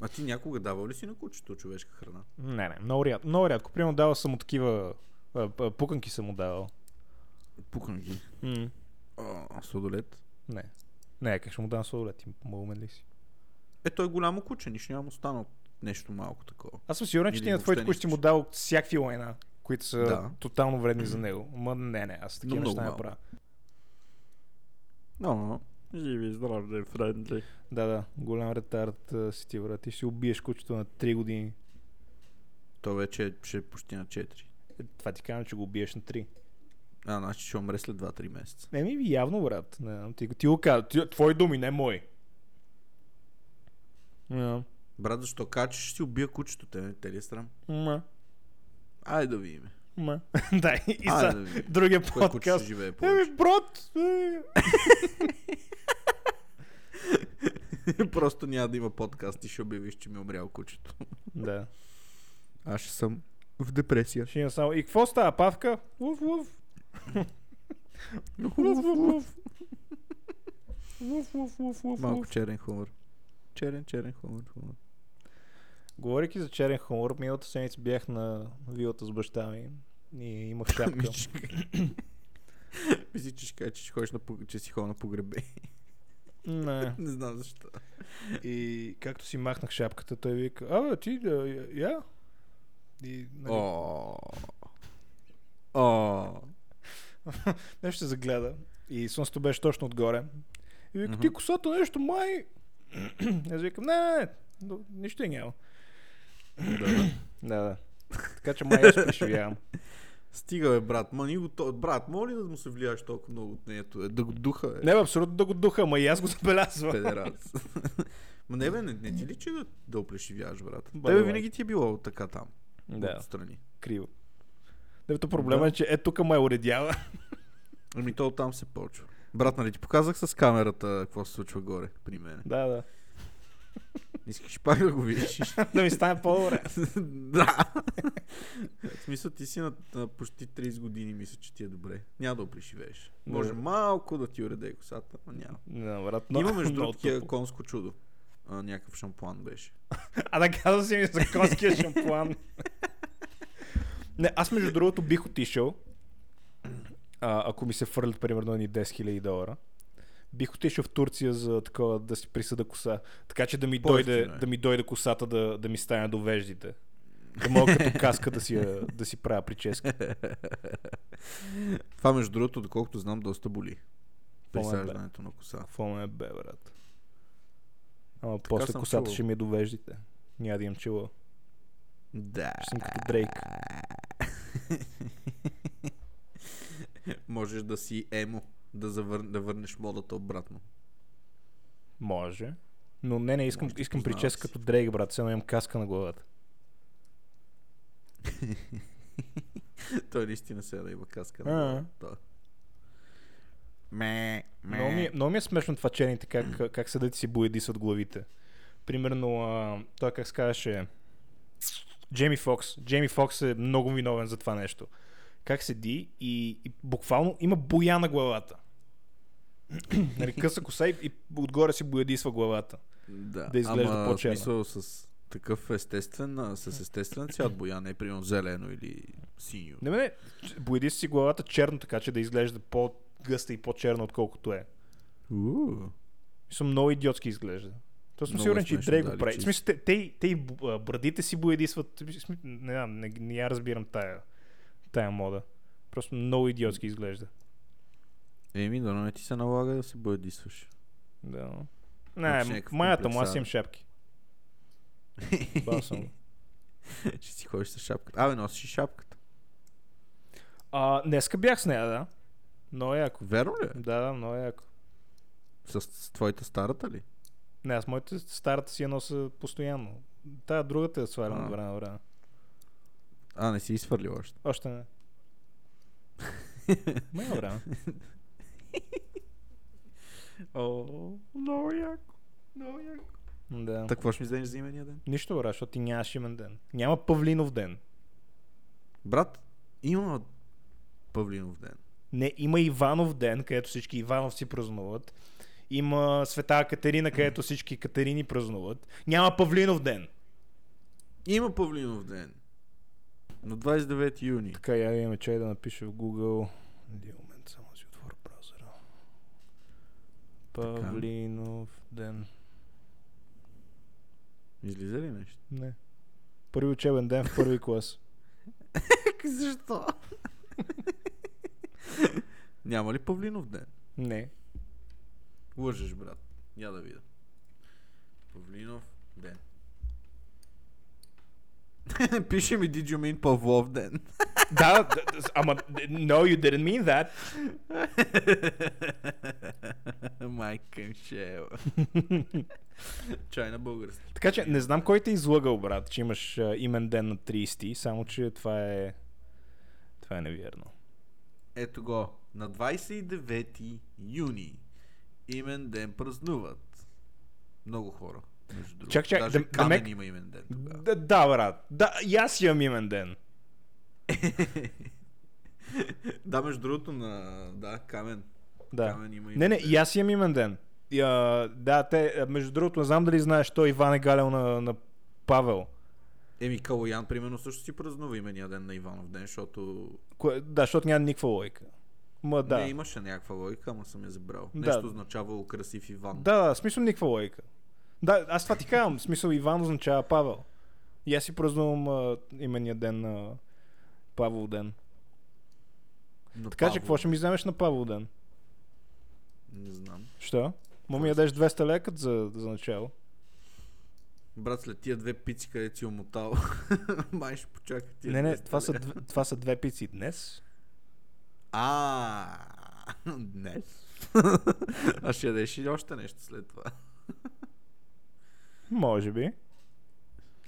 S2: А ти някога давал ли си на кучето човешка храна?
S1: Не, не, много рядко. Много рядко. Примерно давал съм му такива... а, а, Пуканки съм му давал.
S2: Пукам ги.
S1: М,
S2: А, Сладолет.
S1: Не. Не, как ще му дам сладолет? Мълмен ли си?
S2: Е, той е голямо куче, нищо няма му стана от нещо малко такова.
S1: Аз съм сигурен, че
S2: Или
S1: ти на
S2: въобще
S1: твоите
S2: не
S1: куче ти му
S2: искаш.
S1: дал всякакви лайна, които са
S2: Да.
S1: тотално вредни за него. Ма не, не, аз такива
S2: Но
S1: неща
S2: много
S1: не правя.
S2: Но, но.
S3: Живи, здраве, френдли.
S1: Да, да, голям ретард а, си ти, брат. Ти ще си убиеш кучето на 3 години.
S2: То вече е- ще е почти на 4.
S1: Е, Това ти казвам, че го убиеш на 3.
S2: А, значи ще умре след 2-3 месеца.
S1: Еми, явно, брат. Не, знам, ти, ти го каза. Ти- Твои думи, не мои. Да.
S2: Брат, защо кажа, че ще си убия кучето? Те, те ли е срам?
S1: Ма.
S2: Айде да видим.
S1: Ма. Да, и- и
S2: Айде
S1: за
S2: да видим.
S1: другия
S2: Кой куче ще
S1: подкаст.
S2: живее повече?
S1: Еми, брат! е.
S2: Просто няма да има подкаст и ще обявиш, че ми е умрял кучето.
S1: Да.
S2: Аз ще съм в депресия.
S1: Ще има само. И какво става, Павка? Луф, луф. Луф, луф, луф. Луф, луф, луф, луф,
S2: Малко
S1: луф.
S2: черен хумор. Черен, черен хумор. хумор.
S1: Говорейки за черен хумор, миналата седмица бях на вилата с баща ми и имах шапка.
S2: Мисля, Мисли, че ще кажа, че, ще ходиш на, пог- че си ходил на погребе.
S1: Не.
S2: Не знам защо.
S1: И както си махнах шапката, той вика, а, бе, ти, да, я- я. И, нали,
S2: О. О.
S1: нещо се загледа. И слънцето беше точно отгоре. И вика,
S2: Мгм.
S1: ти косата нещо, май. Аз викам, не, не, не, е но нищо я няма.
S2: Да.
S1: Да, да. Така че май аз преживявам.
S2: Стига бе, брат. Ма ни го то... Брат, моли да му се влияеш толкова много от неето. Е, да го духа, е.
S1: Не, бе, абсолютно да го духа, ама и аз го забелязвам.
S2: Педерас. Ма не бе, не, не ти личи да, да оплешивяваш, брат.
S1: Ба,
S2: Тебе
S1: да,
S2: винаги ти е било така там.
S1: Да,
S2: Отстрани.
S1: криво. Дето проблема е, че е тук ме уредява.
S2: Ами то там се почва. Брат, нали ти показах с камерата какво се случва горе при мен.
S1: да, да.
S2: Искаш пак да го видиш.
S1: да ми стане по-добре.
S2: да. в смисъл, ти си на, на почти 30 години, мисля, че ти е добре. Няма да опреживееш.
S1: Да.
S2: Може малко да ти уреде косата, но няма.
S1: Не, брат, но...
S2: Но, Има между
S1: много
S2: другото такива
S1: тъпо.
S2: конско чудо. А, някакъв шампуан беше.
S1: А да казва си ми за конския шампуан. Не, аз между другото бих отишъл, а, ако ми се фърлят примерно ни 10 000 долара, бих отишъл в Турция за такова да си присъда коса. Така че да ми,
S2: По-ефтино
S1: дойде,
S2: е.
S1: да ми дойде косата да, да ми стане до веждите. Да мога като каска да си, я- да си правя прическа.
S2: Това между другото, доколкото знам, доста боли. Присаждането на коса.
S1: Какво ме бе, брат? Ама после
S2: съм
S1: косата
S2: чувал.
S1: ще ми е до веждите. Няма да имам чила.
S2: Да.
S1: Ще съм като Дрейк.
S2: Можеш да си емо, да, завър... да върнеш модата обратно.
S1: Може. Но не, не, искам,
S2: Може да
S1: искам
S2: познава
S1: прическа
S2: си.
S1: като Дрейк, брат. Сега имам каска на главата.
S2: Той наистина се да има каска.
S1: А.
S2: на главата. Ме,
S1: Много ми,
S2: ме.
S1: е- много ми е смешно това черните, как, как съдът си боядисват главите. Примерно, а, той как се казваше... Джейми Фокс. Джейми Фокс е много виновен за това нещо. Как седи и, и буквално има боя на главата. нали, къса коса и, и отгоре си боядисва главата.
S2: Да,
S1: да изглежда
S2: ама,
S1: по-черна.
S2: в смисъл с такъв естествен, а, с естествен цвят боя, не примерно зелено или синьо.
S1: Не, не, ч- бояди си главата черно, така че да изглежда по-гъста и по-черна, отколкото е.
S2: Уу.
S1: Мисля, много идиотски изглежда. То съм
S2: Много
S1: сигурен, че и
S2: смешно,
S1: Дрей го
S2: да,
S1: прави. В
S2: личи.
S1: смисъл, те, те, те и б- а, брадите си боядисват. В смисъл, Не, знам, не, не я разбирам тая, тая мода. Просто много идиотски изглежда.
S2: Еми, да не ти се налага да се бъдисваш.
S1: Да.
S2: Имаш
S1: Не,
S2: някакъв
S1: маята му,
S2: комплекс,
S1: аз
S2: а?
S1: имам шапки. Бал съм. го.
S2: Ще си ходиш с шапката. Абе, носиш и шапката.
S1: А, днеска бях с нея, да. Много яко.
S2: Верно ли? е?
S1: Да, да, много яко.
S2: С, с твоята старата ли?
S1: Не, аз моите старата си я носа постоянно. Тая другата я свалям
S2: А.
S1: от време на време.
S2: А, не си изфърлил още.
S1: Още не. Ма има време.
S2: О, много яко. Много яко.
S1: Да.
S2: Так, какво ще ми вземеш за имения ден?
S1: Нищо, брат, защото ти нямаш имен ден. Няма Павлинов ден.
S2: Брат, има Павлинов ден.
S1: Не, има Иванов ден, където всички Иванов си празнуват. Има Света Катерина, където всички Катерини празнуват. Няма Павлинов ден.
S2: Има Павлинов ден. На 29 юни.
S1: Така, я имаме чай да напиша в Google. Един момент, само да си отворя браузъра. Павлинов ден.
S2: Излиза ли нещо?
S1: Не. Първи учебен ден в първи клас.
S2: Защо? Няма ли Павлинов ден?
S1: Не.
S2: Лъжеш, брат. Я да видя. Павлинов ден. Пише ми Did you mean Павлов ден?
S1: да, да, да, ама no you didn't mean that.
S2: Майка им шева. Чай на български.
S1: Така че не знам кой те е излъгал, брат, че имаш а, имен ден на 30, само че това е... Това е невярно.
S2: Ето го. На 29 юни имен ден празнуват. Много хора. Между другото.
S1: Чак, чак,
S2: Даже
S1: дем-
S2: Камен
S1: демек-
S2: има имен ден тогава.
S1: Да, да брат. Да, и аз имам имен ден.
S2: да, между другото на... Да, Камен.
S1: Да.
S2: Камен има имен
S1: Не, не,
S2: ден.
S1: и аз имам имен ден. И, а, да, те, а, между другото, не знам дали знаеш, той Иван е галял на, на Павел.
S2: Еми, Калоян, примерно, също си празнува имения ден на Иванов ден, защото
S1: Кое, да, защото няма никаква логика. Ма да.
S2: да. не имаше някаква логика, ама съм я забрал.
S1: Да.
S2: Нещо означавало красив Иван.
S1: Да, да, в смисъл никаква логика. Да, аз това ти казвам. В смисъл Иван означава Павел. И аз си празнувам а, имения ден на Павел ден.
S2: На
S1: Така че
S2: Павлов.
S1: какво ще ми вземеш на Павел ден?
S2: Не знам.
S1: Що? Му ми ядеш 200 лекът за, за начало.
S2: Брат, след тия две пици, където си омотал, май ще почака тия
S1: не, не,
S2: 200
S1: това са,
S2: лева.
S1: дв- това са две пици днес.
S2: А, днес. а ще ядеш и още нещо след това.
S1: Може би.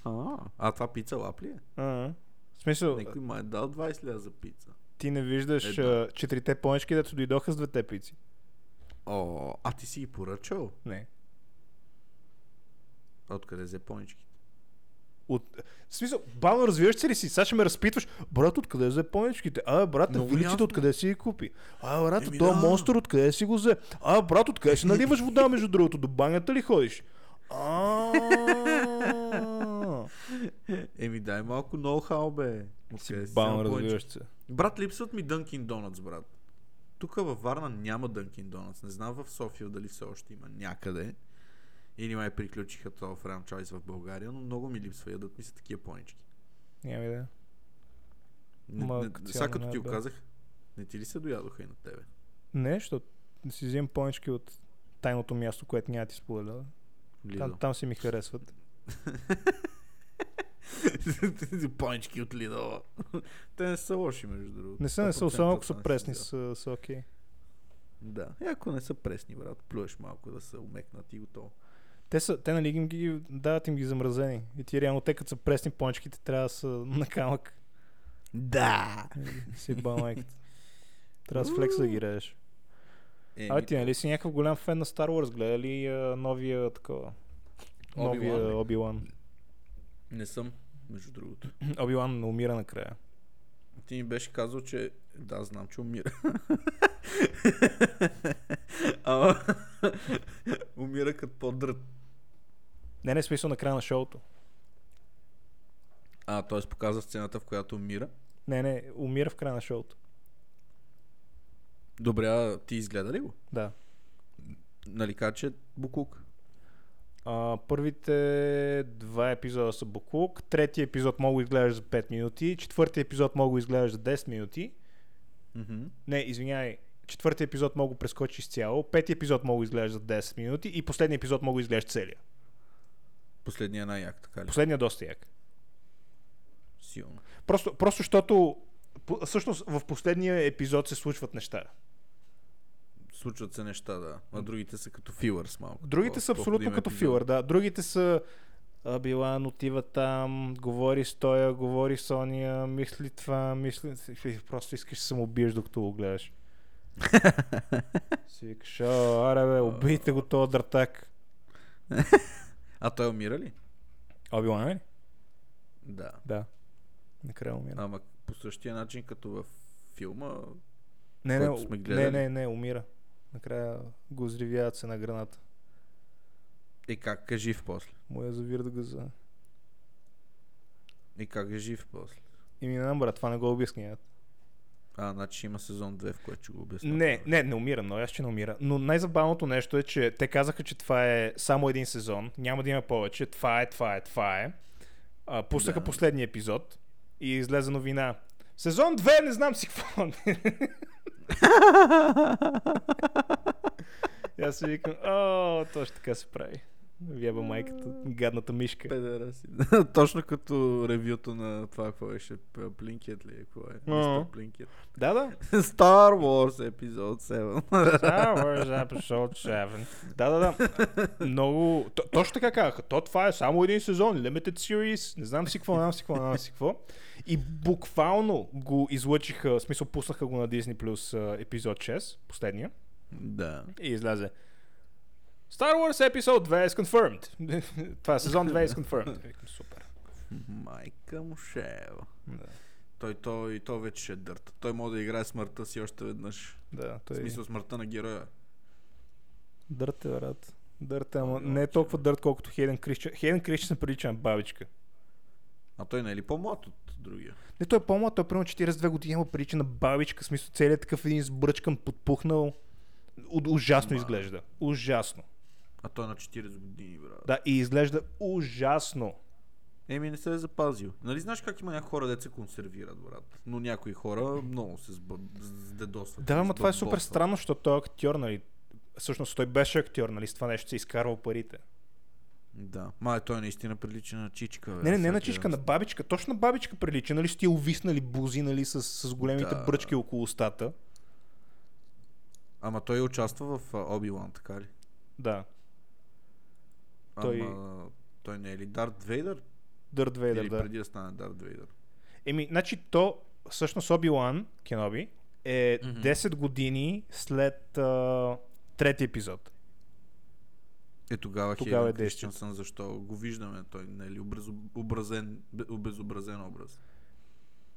S2: А, а това пица лап ли е?
S1: А, В смисъл,
S2: Някой май е дал 20 ля за пица.
S1: ти не виждаш
S2: Е, да.
S1: а, четирите понечки, дето дойдоха с двете пици.
S2: О, а ти си ги поръчал?
S1: Не.
S2: А Откъде взе поничките?
S1: От... В смисъл, бавно развиваш се ли си? Сега ще ме разпитваш, брат, откъде взе поничките? А, брат,
S2: Много
S1: филичите
S2: ясно.
S1: откъде си ги купи? А, брат,
S2: Еми,
S1: този
S2: да.
S1: монстър откъде си го взе? А, брат, откъде си наливаш вода, между другото? До банята ли ходиш? А.
S2: Еми дай малко ноу-хау, бе. Откъде си взел
S1: Бавно
S2: понички?
S1: развиваш се.
S2: Брат, липсват ми Dunkin Donuts, брат. Тук във Варна няма Dunkin Donuts. Не знам в София дали все още има някъде. Или май приключиха този франчайз в България, но много ми липсва. Ядат ми се такива понички.
S1: Няма идея.
S2: Не,
S1: Ма,
S2: не,
S1: като цяло
S2: сега като
S1: не, е
S2: ти
S1: да.
S2: го казах, не ти ли се доядоха и на тебе?
S1: Не, защото да си взимам понички от тайното място, което няма да ти споделя. Там,
S2: Лидо.
S1: там си ми харесват.
S2: Понички от Лидо. Те не са лоши, между другото.
S1: Не са, не са, особено ако
S2: 100%
S1: са
S2: не
S1: пресни, са, са окей.
S2: Да. И ако не са пресни, брат, плюеш малко да са умекнати и готово.
S1: Те, са, те нали ги, ги дават им ги замразени. И ти реално те като са пресни пончките трябва да са на камък.
S2: Да!
S1: И Си ба майката. Трябва с флекса да ги режеш.
S2: Е,
S1: А ти нали си някакъв голям фен на Star Wars? Гледа ли а, новия такова? Новия
S2: Оби-Лан ли?
S1: Оби-Лан.
S2: Не съм, между другото.
S1: Оби-Лан не умира накрая.
S2: Ти ми беше казал, че да, знам, че умира. Ама умира като по-дрът.
S1: Не, не, в смисъл на края на шоуто.
S2: А, т.е. показва сцената, в която умира.
S1: Не, не, умира в края на шоуто.
S2: Добре, а ти изгледа ли го?
S1: Да.
S2: Нали кажа, че Букук?
S1: А, първите два епизода са буклук, третия епизод мога го изгледаш за 5 минути, четвъртия епизод мога го изгледаш за 10 минути.
S2: Мгм.
S1: Не, извинявай, четвъртия епизод мога го прескочиш изцяло, петия епизод мога го изгледаш за 10 минути и последния епизод мога го изгледаш целия.
S2: Последния най-як, така ли?
S1: Последния доста як.
S2: Силно.
S1: Просто, просто защото по- всъщност в последния епизод се случват неща.
S2: Случват се неща, да. А другите са като филърс малко.
S1: Другите
S2: Такова,
S1: са абсолютно
S2: по-ходим
S1: като
S2: епизод.
S1: филър, да. Другите са а, Билан отива там, говори с Тоя, говори с Ония, мисли това, мисли... Фи, Просто искаш да се убиеш, докато го гледаш. си викаш, «О, аре бе, убийте го този дъртак.
S2: А той умира ли?
S1: Обилан е?
S2: Да.
S1: Да. Накрая умира.
S2: Ама по същия начин, като в филма,
S1: Не, не,
S2: който сме
S1: не,
S2: гледали.
S1: не, не, умира. Накрая го взривяват се на граната.
S2: е как е жив после.
S1: Му я завират газа.
S2: И как е жив после.
S1: И ми не знам, брат, това не го обясняват.
S2: А, значи има сезон 2, в който ще го обясня.
S1: Не, не, не умира, но аз ще не умира. Но най-забавното нещо е, че те казаха, че това е само един сезон, няма да има повече, това е, това е, това е. А, пуснаха
S2: Да.
S1: последния епизод и излезе новина. Сезон 2, не знам си какво. И аз си викам, о, точно така се прави. Вяба майката, гадната мишка.
S2: Педера си. Точно като ревюто на това, какво беше П- Плинкет ли? е, Какво е?
S1: М.
S2: Мистер Плинкет.
S1: Да, да.
S2: Star Wars епизод 7.
S1: Star Wars Episode 7. Да, да, да. Много... То, точно така казаха. То това е само един сезон. Limited Series. Не знам си какво, не знам си какво, не знам си какво. И буквално го излъчиха, в смисъл пуснаха го на Disney Plus а, епизод 6, последния.
S2: да.
S1: И излезе. Star Wars Episode 2 is confirmed. това е сезон 2 is confirmed. Викам, Супер.
S2: Майка му шева.
S1: Да,
S2: Той, той, той вече ще е дърт. Той може да играе смъртта си още веднъж.
S1: да
S2: В
S1: той...
S2: смисъл смъртта на героя.
S1: Дърт е, брат. Дърт е, ама не е толкова дърт, колкото Хейден Кришчен. Хейден Кришчен прилича на бабичка.
S2: А той не е ли по-млад от другия?
S1: Не, той е по-млад, той е примерно 42 години, има прилича на бабичка, в смисъл целият такъв един сбръчкан, подпухнал. У- ужасно
S2: Ма.
S1: изглежда. Ужасно.
S2: А той е на 40 години, брат.
S1: Да, и изглежда ужасно.
S2: Еми не се е запазил. Нали знаеш как има някои хора, деца се консервират, брат? Но някои хора много се сбъ... с- дедосват.
S1: Да, ама това е супер
S2: сбъбосват.
S1: странно, защото той е актьор, нали? Всъщност той беше актьор, нали? С това нещо се изкарвал парите.
S2: Да. Май той наистина прилича на чичка. Бе.
S1: Не, не, не
S2: Сега
S1: на
S2: гледам.
S1: чичка, на бабичка. Точно на бабичка прилича, нали? С тия увиснали бузи, нали? С, с големите
S2: Да.
S1: бръчки около устата.
S2: Ама той участва в Обилан, така ли?
S1: Да. Той-
S2: Той... Ама... той не е ли Дарт Вейдър?
S1: Дърт Вейдър,
S2: Или
S1: да.
S2: преди да стане Дарт Вейдър?
S1: Еми, значи то, всъщност Оби-Лан, Кеноби, е
S2: Мгм.
S1: 10 години след а, третия епизод.
S2: Е
S1: Тогава
S2: тогава, тогава
S1: е
S2: е
S1: действащ.
S2: Кристиансън, защо го виждаме? Той не е ли образ, образен, бе- обезобразен образ?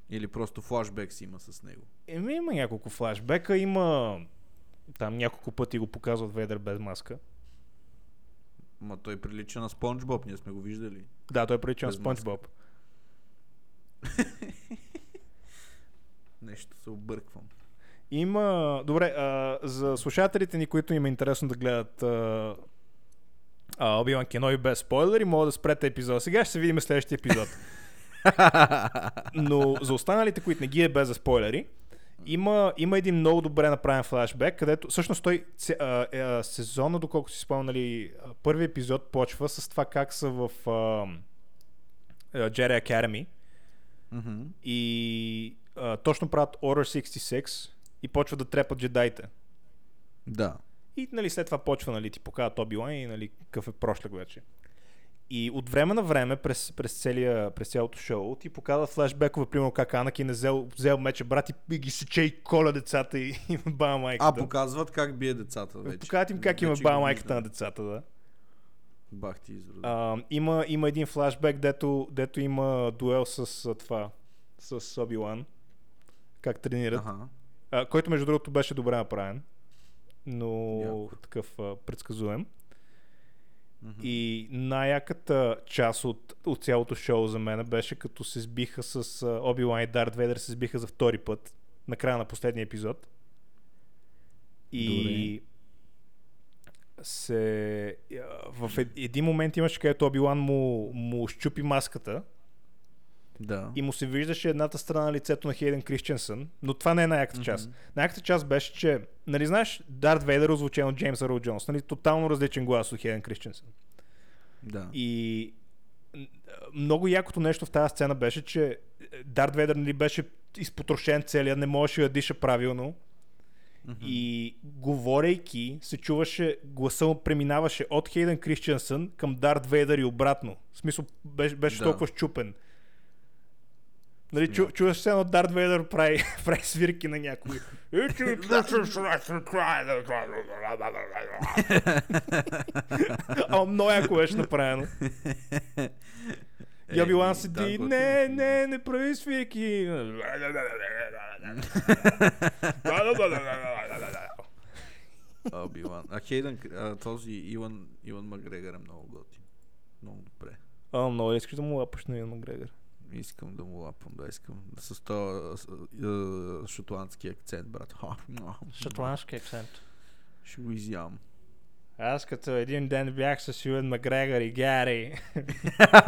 S2: Или просто флашбек си има с него?
S1: Еми, има няколко флашбека, има там няколко пъти го показват Вейдър без маска.
S2: Ма той прилича на Спонж Боб, ние сме го виждали.
S1: Да, той прилича на
S2: Без маска.
S1: Спанч Боб.
S2: Нещо се обърквам.
S1: Има... Добре, а, за слушателите ни, които им е интересно да гледат а, а, Оби-Лан Кеноби без спойлери, мога да спрете епизода. Сега ще се видим в следващия епизод. Но за останалите, които не ги е без за спойлери, Има, има един много добре направен флашбек, където всъщност той ц- а, е, а, сезона, доколкото си спомням, нали, а, първи епизод почва с това как са в а, а, Jerry Academy
S2: Мгм.
S1: и а, точно правят Order 66 и почват да трепат джедаите.
S2: Да.
S1: И нали, след това почва, нали, ти показва Тоби Лайн и нали, какъв е прошлък вече. И от време на време, през, през, целия, през цялото шоу, ти показва флешбекове, примерно как Анакин е взел, взел мече, брат, и, и ги сече и коля децата и, и баба
S2: А,
S1: майката.
S2: показват как бие децата вече.
S1: Показват им как има
S2: Вече
S1: баба
S2: го
S1: майката на
S2: виждам.
S1: децата, да.
S2: Бах ти изрода.
S1: А, има, има един флашбек, дето, дето има дуел с а, това, с Оби Лан, как тренират,
S2: Аха.
S1: а, който между другото беше добре направен, но
S2: Яко.
S1: такъв а, предсказуем.
S2: Мгм.
S1: И най-яката част от, от цялото шоу за мен беше като се сбиха с оби Лан и Дарт Вейдър се сбиха за втори път на края на последния епизод. И се... а, В ед- един момент имаше където оби Лан му, му щупи маската
S2: Да.
S1: и му се виждаше едната страна на лицето на Хейден Кристенсън, но това не е най-яката част. Най-яката част беше, че, нали знаеш, Дарт Вейдър е озвучен от Джеймс Ерл Джонс, нали, тотално различен глас от Хейден Кристенсън.
S2: Да.
S1: И м, много якото нещо в тази сцена беше, че е, Дарт Вейдър нали, беше изпотрошен целия, не можеше да диша правилно.
S2: Мгм.
S1: И говорейки, се чуваше, гласа му преминаваше от Хейден Кристиансън към Дарт Вейдър и обратно. В смисъл, беше, беше
S2: Да.
S1: толкова щупен. Нали, чу, чуваш се едно Дарт Вейдър прави, прави свирки на някой. Е, И ти слушаш, аз съм край, е да, да, да, да, да, да. Ама много яко беше направено. Я
S2: Еми,
S1: била
S2: да,
S1: седи,
S2: готино.
S1: не, не, не прави свирки.
S2: Оби Лан. А Хейден, а, този Иван, Иван Макгрегор е много готин. Много добре.
S1: А, много ли искаш да му лапаш на Иван Макгрегор?
S2: Искам да му лапам, да искам. С този а, а, шотландски акцент, брат. Ха, муа,
S1: Шотландски акцент.
S2: Ще го изям.
S1: Аз като един ден бях с Юен Макгрегор и Гари.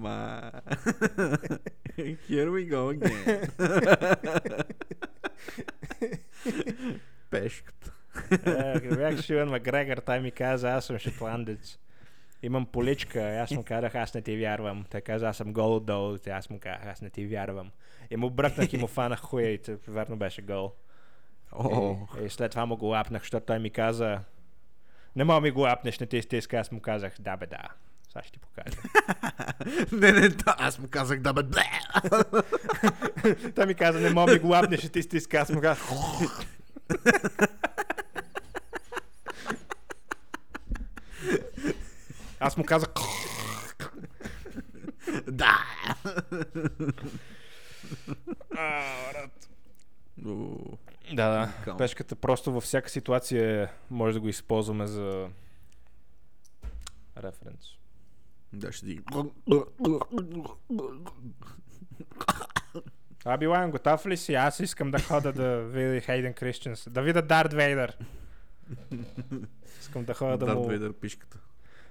S2: Ма... Here we go again. Пешката.
S1: Е, като бях с Юен Макгрегор, той ми каза, аз съм шотландец. Имам поличка, аз му казах, аз не ти вярвам. Той каза, аз съм гол отдолу, Та аз му казах, аз не ти вярвам. И му бръкнах и му фанах хуя и тъп, верно беше гол.
S2: О,
S1: И, и след това му го лапнах, защото той ми каза, не мога ми го лапнеш, не ти стиска. Аз му казах, да бе, да. Сега ще ти покажа.
S2: не, не, да, аз му казах да бе, бе.
S1: Той ми каза, не мога ми го лапнеш, ще ти стиска. Аз му казах, Аз му казах,
S2: Да.
S1: а, брат.
S2: О,
S1: Да, да.
S2: Уникално.
S1: Пешката просто във всяка ситуация може да го използваме за референс.
S2: Да, ще ти...
S1: А Билайн, готов ли си? Аз искам да хода да видя Хейден Кристенс. Да видя Дарт Вейдър. Искам да хода да
S2: Дарт
S1: му...
S2: Вейдър пишката.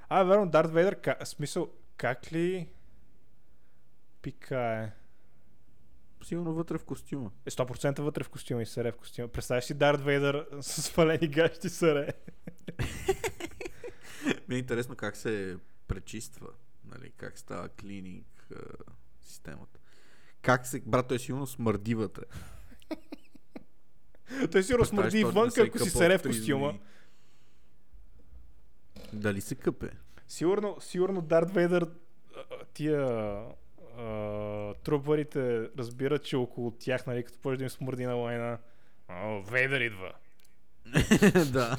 S1: А, верно, Дарт Вейдър, ка... смисъл, как ли пикае?
S2: Сигурно вътре в костюма.
S1: Е, 100% вътре в костюма и саре в костюма. Представяш си Дарт Вейдър с свалени гащи саре.
S2: Ми е интересно как се пречиства, нали, как става клининг а, системата. Как се... Брат, той сигурно смърди вътре.
S1: Той сигурно смърди и
S2: Представяш, той
S1: вън,
S2: да се
S1: ако си
S2: къпа
S1: саре
S2: от
S1: в
S2: три
S1: костюма.
S2: змии. Дали се къпе?
S1: Сигурно, сигурно Дарт Вейдър а, а, тия а, трупарите разбират, че около тях, нали, като почне да им смърди на лайна. О, Вейдър идва.
S2: да.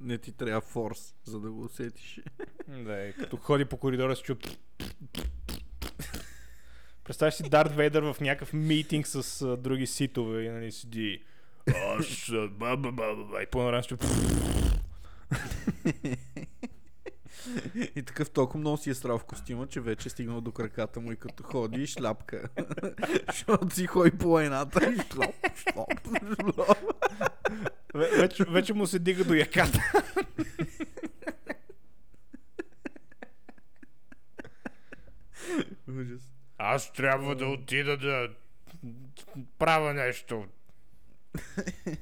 S2: Не ти трябва форс, за да го усетиш.
S1: Да, и като ходи по коридора се чуп. Представяш си Дарт Вейдър в някакъв митинг с а, други ситове и нали седи. Аз а, ба, ба, ба, ба, ба, и по-наран се чуп.
S2: И такъв толкова много си е срал в костюма, че вече е стигнал до краката му и като ходи и шляпка. Защото си ходи по лайната и шлоп, шлоп, шлоп.
S1: Ве- Вече, вече му се дига до яката. Аз трябва да отида да правя нещо.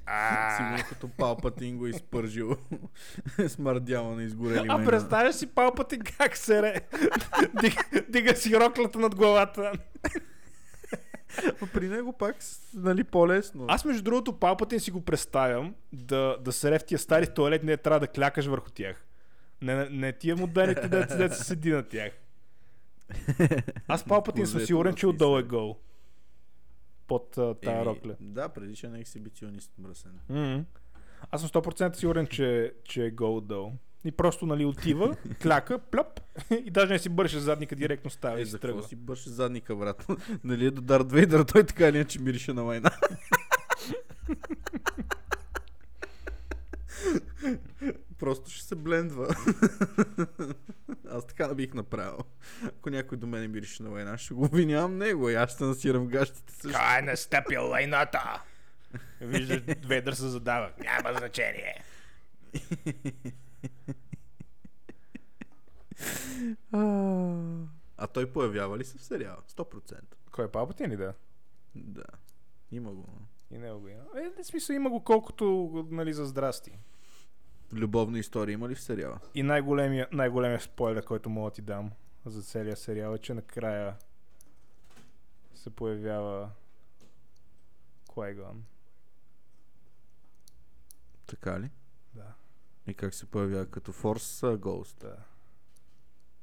S1: А,
S2: Сигурно като Палпатин го е изпържил смърдяла на изгорели
S1: а
S2: майна.
S1: представяш си палпати как се ре. Дига, дига си роклята над главата.
S2: Ма При него пак, с- нали, по-лесно.
S1: Аз между другото Палпатин си го представям да, да се ре в тия стари туалетни, не трябва да клякаш върху тях. Не, не, не тия моделите, деца деца седи на тях. Аз Палпатин съм
S2: Козето
S1: сигурен,
S2: на
S1: че отдолу е
S2: писане.
S1: гол. Под а, тая
S2: Еми,
S1: Е, рокля.
S2: е, Да, прилича на ексибиционист мръсен.
S1: М. Аз съм 100% сигурен, че, че е гол отдолу. И просто нали отива, кляка, плюп и даже не си бърше задника, директно става
S2: Е,
S1: и се
S2: за какво
S1: Ами тръгва.
S2: си бърше задника, брат? нали е до Дарт Вейдър, той така или иначе мирише на война. Просто ще се блендва. Аз така не бих направил. Ако някой до мене мирише на война, ще го обвинявам него и аз ще насирам гащите също.
S1: Кой е настъпил лайната? Виждаш, Ведър се задава. Няма значение.
S2: А той появява ли се в сериала? 100%.
S1: Кой е Палпатин ли да?
S2: Да. Има го. но.
S1: И него го има. Е, в смисъл има го колкото, нали, за здрасти.
S2: Любовна история има ли в сериала?
S1: И най-големия, най-големия спойлер, който мога да ти дам за целия сериал е, че накрая се появява Куайгон.
S2: Така ли?
S1: Да,
S2: И как се появява като Форс Ghost?
S1: да.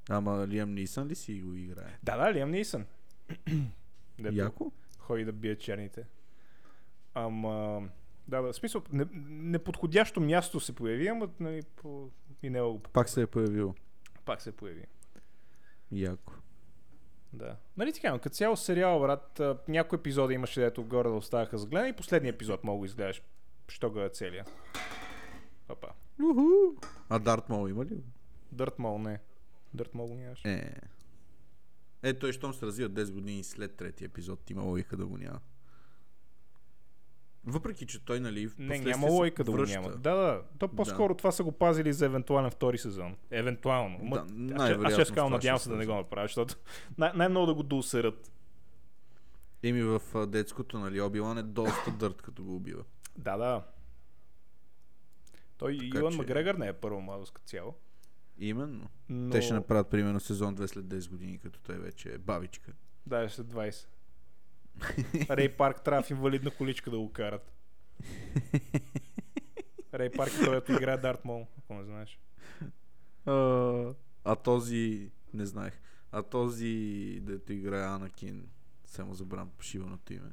S2: Ама Лиам Нисън ли си го играе?
S1: Да, да, Лиам Нисън. Дето
S2: Яко?
S1: ходи да бие черните. Ама... Да, да, в смисъл, не- неподходящо място се появи, ама нали, по... и не го
S2: Пак се е появил.
S1: пак се появи.
S2: Яко.
S1: Да. Нали така, но като цяло сериал, брат, а, някои епизоди имаше, дето горе да оставаха за гледане и последния епизод мога да изгледаш. Що го е целия. Опа.
S2: Уху! А Дарт Мол има ли? го?
S1: Дърт Мол не. Дърт Мол го нямаше.
S2: Е. Е, той щом се развива 10 години след третия епизод, има логика да го няма. Въпреки, че той, нали, в
S1: Не, няма лойка да го няма. Да, да. То по-скоро това са го пазили за евентуален втори сезон. Евентуално. Ма,
S2: Да,
S1: аз ще- аз
S2: най-вероятно
S1: ще казвам,
S2: това
S1: надявам
S2: ще
S1: се да
S2: се
S1: не го направя, защото най- най-много да го доусерат.
S2: Еми в а, детското, нали, Обилан е доста дърт, като го убива.
S1: Да, да. Той
S2: Така
S1: Иван
S2: че-
S1: Макгрегор не е първо младост като цяло.
S2: Именно.
S1: Но...
S2: Те ще направят, примерно, сезон 2 след 10 години, като той вече е бабичка.
S1: Да, ще са 20. Рей Парк трябва в инвалидна количка да го карат. Рей Парк е който играе Дарт Мол, ако не знаеш.
S2: А, а този, не знаех, а този, дето играе Анакин, само забрам шиваното име,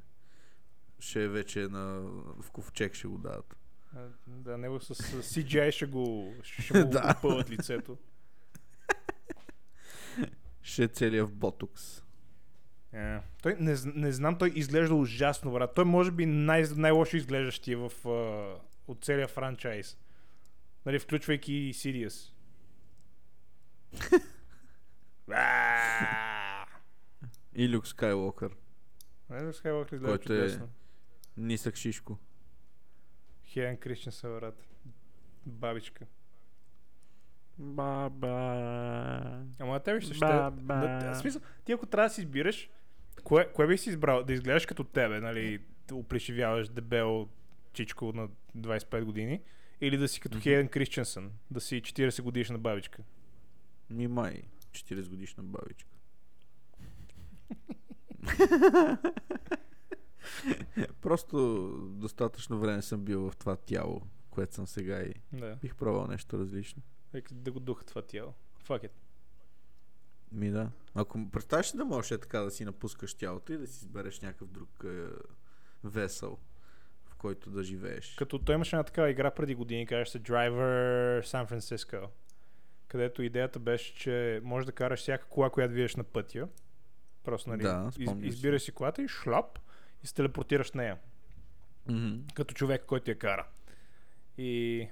S2: ще е вече на... в ковчег ще го дадат.
S1: А, Да, него с с CGI ще го ще му
S2: Да.
S1: опълват лицето.
S2: Ще е целият в ботокс.
S1: Е, Той, не, зн- не знам, той изглежда ужасно, брат. Той може би най- най-лошо изглеждащия в, а, от целия франчайз. Нали, включвайки и Сириус. Ааа!
S2: И Люк Скайлокър.
S1: Нали, Скайуокър изглежда
S2: Който е-
S1: чудесно.
S2: Нисък шишко.
S1: Хелен Кришна Саварат. Бабичка.
S3: Баба.
S1: Ама на тебе ще ще...
S3: Баба.
S1: Да, в смисъл, ти ако трябва да си избираш, кое, кое бих си избрал? Да изгледаш като тебе, нали? да Опришивяваш дебело чичко на 25 години. Или да си като
S2: Мгм.
S1: Хелен Кришченсън, да си 40 годишна бабичка.
S2: Ми май, 40 годишна бабичка. Просто достатъчно време съм бил в това тяло, което съм сега и
S1: Да.
S2: бих пробвал нещо различно.
S1: Нека Да го духа това тяло. Fuck it.
S2: Ми да. Ако м- представяш ли да можеш е така да си напускаш тялото и да си избереш някакъв друг е, весел, в който да живееш.
S1: Като той имаше една такава игра преди години, казваше се Driver San Francisco, където идеята беше, че можеш да караш всяка кола, която видиш на пътя. Просто, нали,
S2: Да,
S1: из,
S2: спомням си.
S1: избираш си колата и шлап и се телепортираш в нея,
S2: Мгм.
S1: като човек, който я кара. И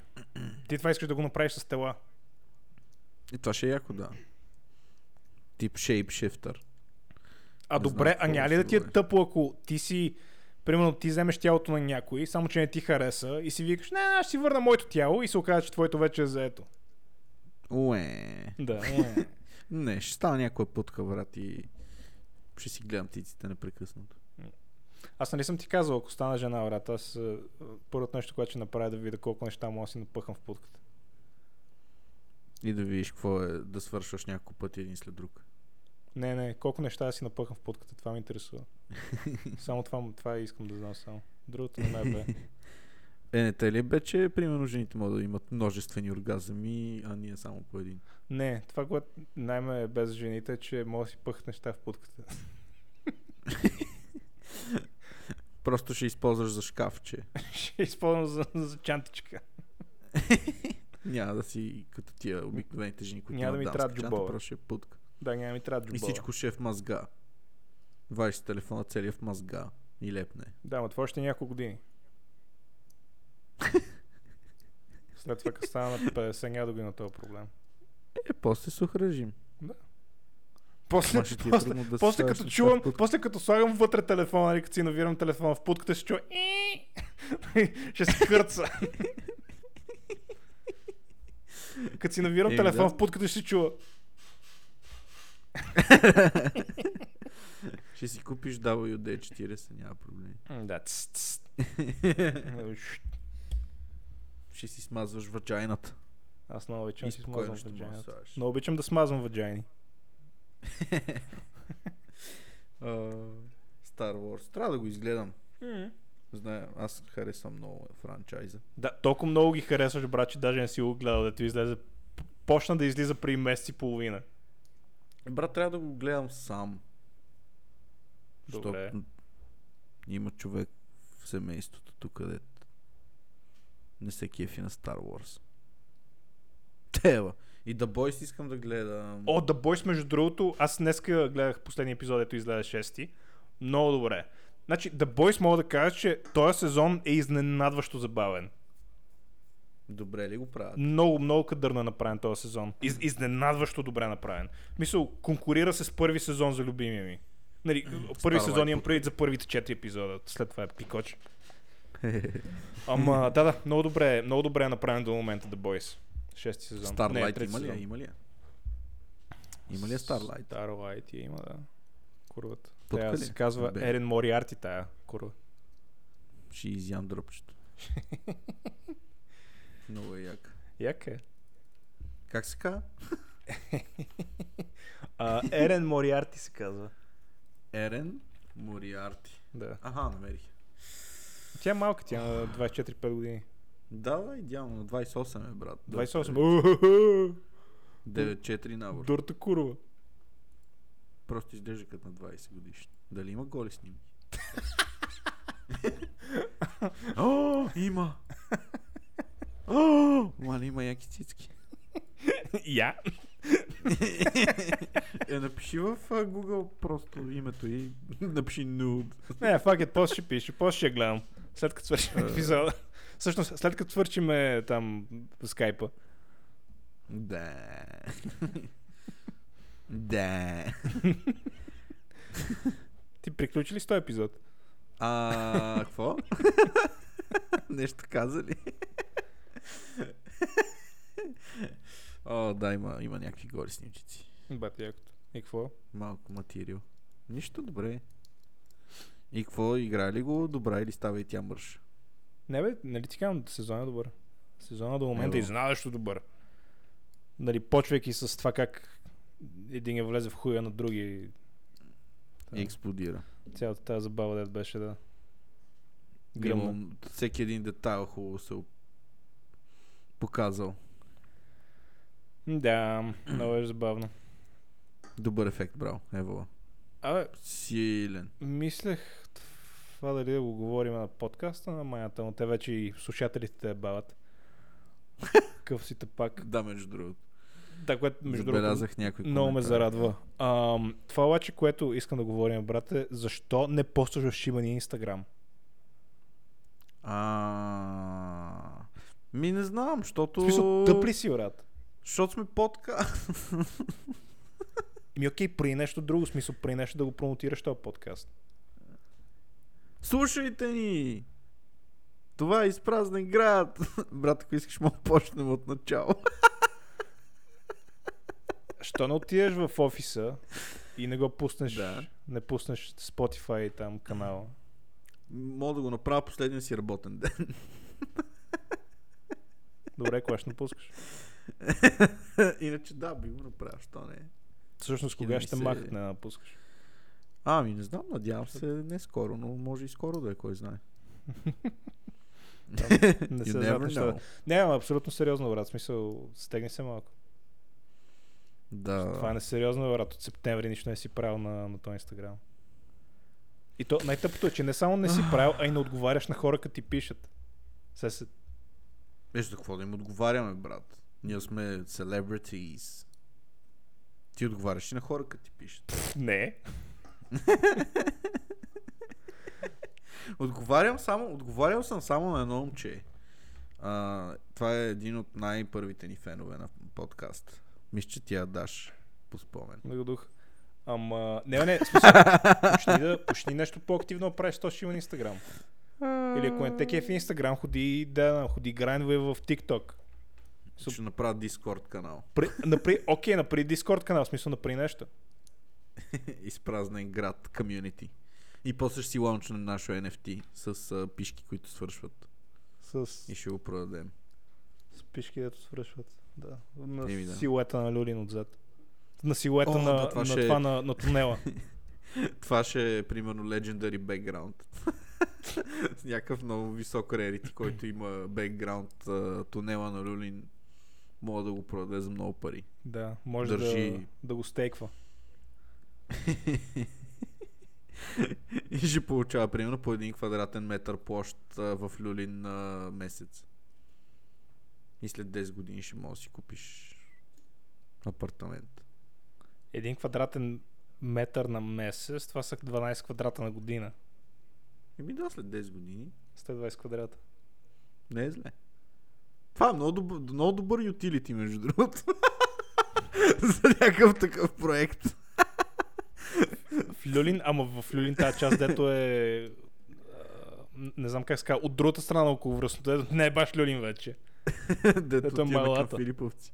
S1: ти това искаш да го направиш с тела.
S2: И това ще е яко, да. Тип shapeshifter.
S1: А
S2: Не знам
S1: добре, а
S2: какво
S1: няма
S2: да
S1: ли
S2: се
S1: да ти е
S2: говори.
S1: тъпо, ако ти си, примерно ти вземеш тялото на някой, само че не ти хареса и си викаш, не, не, аз ще си върна моето тяло и се оказва, че твоето вече е заето. Е.
S2: Уе.
S1: Да.
S2: Не, ще става някоя путка, брат, и Ще си гледам птиците непрекъснато.
S1: Аз нали съм ти казал, ако стана жена, брат, аз а, първото нещо, което ще направя е да видя колко неща мога да си напъхам в путката.
S2: И да видиш какво е да свършваш няколко пъти един след друг.
S1: Не, не, колко неща да си напъхам в путката, това ме интересува. само това, това искам да знам само. Другото не ме бе.
S2: Е, не те ли бе, че примерно жените могат да имат множествени оргазми, а ние само по един?
S1: Не, това, което най-ме е без жените, е, че мога да си пъхат неща в путката.
S2: Просто ще използваш за шкафче.
S1: Ще използвам за, за чантичка.
S2: Няма да си като тия обикновените жени, които
S1: Няма да
S2: имат
S1: ми
S2: дамска
S1: трябва
S2: чанта,
S1: джобове.
S2: Просто ще путка.
S1: Да, няма ми трябва джубала.
S2: И всичко ще е в мазга. Вадиш си телефона целия в мазга и лепне.
S1: Да, но това още няколко години. След това, като стана на 50, няма да го има този проблем.
S2: Е, после сух режим.
S1: После,
S2: Това ще ти е
S1: после,
S2: трудно да
S1: после
S2: ставиш
S1: като
S2: неща в
S1: чувам,
S2: путката.
S1: после като слагам вътре телефона, или като си навирам телефона в путката, ще чувам «Ии!» ще се кърца. като си навирам
S2: Еми,
S1: телефон
S2: да.
S1: в путката, ще се чува.
S2: Ще си купиш WD-40, няма проблем.
S1: Да, тс, тс. Уш.
S2: ще си смазваш ваджайната.
S1: Аз много обичам
S2: И
S1: да си смазвам
S2: спокойно ще
S1: ваджайната.
S2: масаж.
S1: Много обичам да смазвам ваджайни.
S2: Star Wars. Трябва да го изгледам. Знае, аз харесвам много франчайза.
S1: Да, толкова много ги харесваш, брат, че даже не си го гледал, да ти излезе. Почна да излиза при месец и половина.
S2: Брат, трябва да го гледам сам.
S1: Добре.
S2: Защото Има човек в семейството тук, къде не се кефи на Star Wars. Тева. И The Boys искам да гледам.
S1: О, The Boys, между другото, аз днеска гледах последния епизод, ето излезе 6. Много добре. Значи, The Boys мога да кажа, че този сезон е изненадващо забавен.
S2: Добре ли го правят?
S1: Много, много кадърно е направен този сезон. Из, изненадващо добре направен. Мисъл, конкурира се с първи сезон за любимия ми. Нали, първи
S2: Starlight
S1: сезон имам
S2: Put.
S1: предвид за първите 4 епизода. След това е пикоч. Ама, да, да, много добре, е- много добре е направен до момента The Boys. Шести сезон. Не,
S2: Starlight
S1: трети
S2: има ли? я?
S1: сезон.
S2: Има ли? я? Има ли я Starlight?
S1: Starlight я има, да. Курвата.
S2: Путка
S1: Тя
S2: ли?
S1: се казва
S2: Бе.
S1: Ерен Мориарти тая курва.
S2: Ще изям дръпчето. Много е яка.
S1: Як е?
S2: Как се казва?
S1: А, Ерен Мориарти се казва.
S2: Ерен Мориарти.
S1: Да.
S2: Аха, намерих.
S1: Тя е малка, тя е на 24-5 години.
S2: Да, да, идеално. 28 е, брат.
S1: 28. Уху-ху!
S2: 9-4 набор.
S1: Дурта курва.
S2: Просто изглежда като на 20 годишни. Дали има голи снимки? О, има! О, мали има яки цицки.
S1: Я?
S2: Е, напиши в а, Google просто името и напиши nude.
S1: Не, fuck it, после ще пише, после ще я гледам. След като свършим
S2: Е.
S1: епизода. Всъщност, след като свършим е, там скайпа.
S2: Да. Да.
S1: Ти приключи ли с този епизод?
S2: А, какво? Нещо каза ли? О, да, има, има някакви гори снимчици.
S1: Бати якото. И какво?
S2: Малко материал. Нищо добре. И какво, играе ли го добра или става и тя мърш?
S1: Не бе, нали ти казвам, сезон е добър. Сезона до момента
S2: Ево.
S1: е изненадащо добър. Нали, почвайки с това как един я влезе в хуя на други.
S2: И експлодира.
S1: Цялата тази забава дед беше да. Гръмна.
S2: Имам, всеки един детайл хубаво се оп- показал.
S1: Да, много е забавно.
S2: Добър ефект, брал. Ево.
S1: Абе,
S2: Силен.
S1: мислех това дали да го говорим на подкаста на маята, но те вече и слушателите те бават. Къв си пак.
S2: Да, между другото.
S1: Да, което между другото
S2: Забелязах някой
S1: Много ме
S2: коментар.
S1: зарадва. Ам, това обаче, което искам да говорим, брат, е защо не постваш в Шимани Инстаграм?
S2: А... Ми не знам,
S1: В
S2: защото...
S1: смисъл, тъп ли си, брат?
S2: Защото сме подкаст.
S1: Ми Ами, окей, при нещо друго, в смисъл, при нещо да го промотираш този подкаст.
S2: Слушайте ни! Това е изпразнен град. Брат, ако искаш, мога да почнем от начало.
S1: Що не отидеш в офиса И не го пуснеш,
S3: Да.
S1: не пуснеш Spotify и там канала.
S2: Мога да го направя последния си работен ден.
S1: Добре, кога ще напускаш?
S2: Иначе да, би го направил, що не.
S1: Всъщност,
S2: Ще
S1: кога
S2: ми
S1: ще
S2: се-
S1: махат не напускаш?
S2: Ами, не знам, надявам се не скоро, но може и скоро да е, кой знае.
S1: Не
S2: You
S1: се
S2: never
S1: знаят нещата.
S2: know.
S1: Не, ама абсолютно сериозно, брат. В Смисъл, стегни се малко.
S2: Да.
S1: Това е несериозно, брат. От септември нищо не си правил на, на този инстаграм. И то най-тъпото е, че не само не си правил, а и не отговаряш на хора, като ти пишат. Се, се...
S2: Виж за какво да им отговаряме, брат. Ние сме celebrities. Ти отговаряш и на хора, като ти пишат.
S1: Не.
S2: Отговарям само, отговарял съм само на едно момче. А, това е един от най-първите ни фенове на подкаст. Мисля, че тя даш по спомен.
S1: Не го дух. Ама, не, не, в смисъл, почни, да, почни нещо по-активно да правиш, то ще има на Инстаграм. Или ако не те кефи Инстаграм, ходи, да, ходи грайндве в TikTok. Супер.
S2: Ще направя Discord канал.
S1: При, напри, окей, напри Дискорд канал, в смисъл напри нещо.
S2: Изпразнен град, комюнити. И после ще си лаунчнем нашо NFT с а, пишки, които свършват.
S1: С,
S2: И ще го продадем.
S1: с пишки, дето свършват. Да. На
S2: Еми да.
S1: силуета на Люлин отзад. На силуета
S2: О,
S1: на,
S2: да, това
S1: на,
S2: ще е.
S1: това на, на тунела.
S2: Това ще е примерно Legendary Background. С някакъв много висок rarity, който има бекграунд а, тунела на Люлин. Мога да го продаде за много пари.
S1: да, може да,
S2: Държи.
S1: да го стейква.
S2: И ще получава примерно по един квадратен метър площ а, в Люлин на месец. И след 10 години ще можеш да си купиш апартамент.
S1: Един квадратен метър на месец, това са 12 квадрата на година.
S2: Еми да, след 10 години.
S1: 120 квадрата.
S2: Не е зле. Това е много добър, много добър utility, между другото. За някакъв такъв проект.
S1: В Люлин, ама в Люлин тази част, дето е... а, Не знам как се казва, от другата страна около връзното, дето не е баш Люлин вече. Ето
S2: Дето
S1: е
S2: отиваме към
S1: майлата.
S2: Филиповци.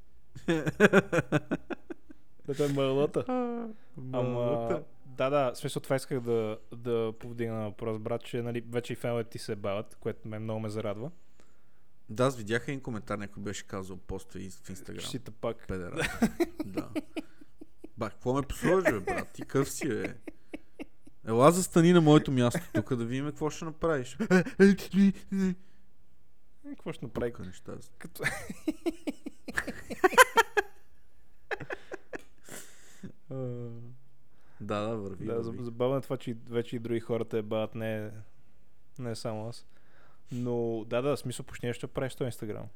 S1: Дето е мърлата. Ама,
S2: Майлата.
S1: да, да, в смисъл това исках да, да повдигна на въпрос, брат, че нали, вече и феновете ти се бават, което ме много ме зарадва.
S2: Да, аз видях един коментар, някой беше казал поста и в Инстаграм.
S1: Ще си тъпак.
S2: Педера. да. Ба, какво ме посложи, бе, брат? Ти къв си, бе? Ела застани на моето място тук да видим какво ще направиш.
S1: Е, Какво ще направи?
S2: Прайка неща. са.
S1: Като...
S2: Да, да, върви.
S1: да,
S2: върви.
S1: заб- забавно е това, че и- вече и други хора те бават, не, не само аз. Но да, да, в смисъл почти нещо правиш то Инстаграм.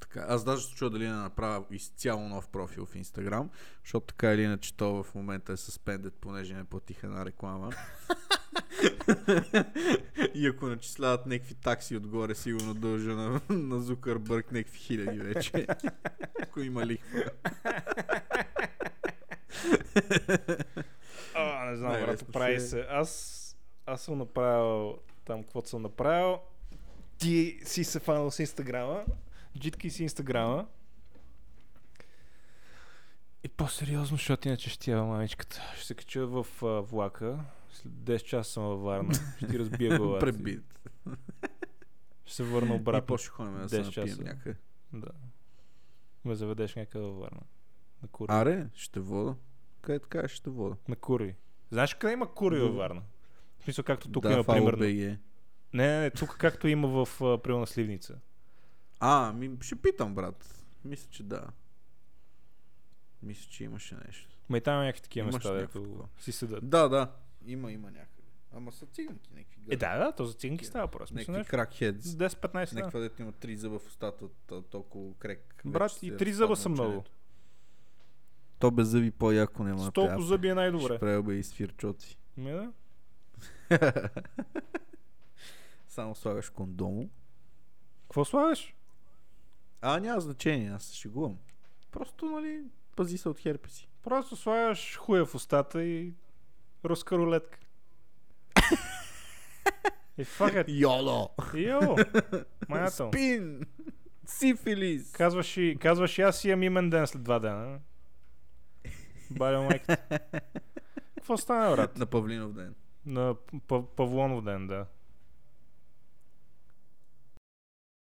S2: Така, аз даже се чуя дали не направя изцяло нов профил в Инстаграм, защото така или иначе то в момента е суспендед, понеже не платих една реклама. и ако начисляват някакви такси отгоре, сигурно дължа на, на Зукърбърг някакви хиляди вече. ако има лихва.
S1: А, не знам, брат,
S2: Най-лесно
S1: прави
S2: ще е.
S1: се. Аз, аз съм направил там, каквото съм направил. Ти си се фанал с Инстаграма. Джитки си Инстаграма. И по-сериозно, защото иначе ще тя мамичката. Ще се кача в а, влака. След 10 часа съм във Варна. Ще ти разбия главата. си.
S2: Пребит.
S1: Ще се върна
S2: Брат, и
S1: обратно.
S2: после ще ходим да се
S1: 10 часа.
S2: напием някъде.
S1: Да. Ме заведеш някъде във Варна. На кури.
S2: Аре, ще вода. Къде така ще вода?
S1: На кури. Знаеш къде има кури във Варна? В смисъл, както тук
S2: да,
S1: има
S2: това
S1: примерно.
S2: OBG.
S1: Не, не, не, тук както има в а, Прилна Сливница.
S2: А, ми, ще питам, брат. Мисля, че да. Мисля, че имаше нещо.
S1: Ма и там има някакви такива
S2: Имаш
S1: места,
S2: някакво
S1: дето
S2: такова.
S1: си седат.
S2: Да, да. Има, има някъде. Ама са циганки някакви.
S1: Е, да, да, то за цинки става просто. Мисля,
S2: Някакви
S1: нещо.
S2: кракхедс.
S1: 10-15 да.
S2: Някаква дето има три зъба в устата от а, толкова крек.
S1: Брат,
S2: вече
S1: и
S2: се е
S1: три зъба са
S2: разпадна
S1: много.
S2: ученето. То без зъби по-яко няма
S1: С
S2: да
S1: толкова
S2: толкова
S1: зъби е
S2: Ще
S1: най-добре.
S2: правя бе и свирчоци.
S1: Ми, да?
S2: Само слагаш кондом.
S1: Какво слагаш?
S2: А, няма значение, аз се шегувам. Просто, нали, пази се от херпеси.
S1: Просто слагаш хуя в устата и руска рулетка. И факът.
S2: Йоло!
S1: Йо! Маятел.
S2: Спин! Сифилис!
S1: Казваш и, казваш и аз имам имен ден след два дена. Баля майката. Какво стана, брат?
S2: На Павлинов ден.
S1: На П- Павлонов ден, да.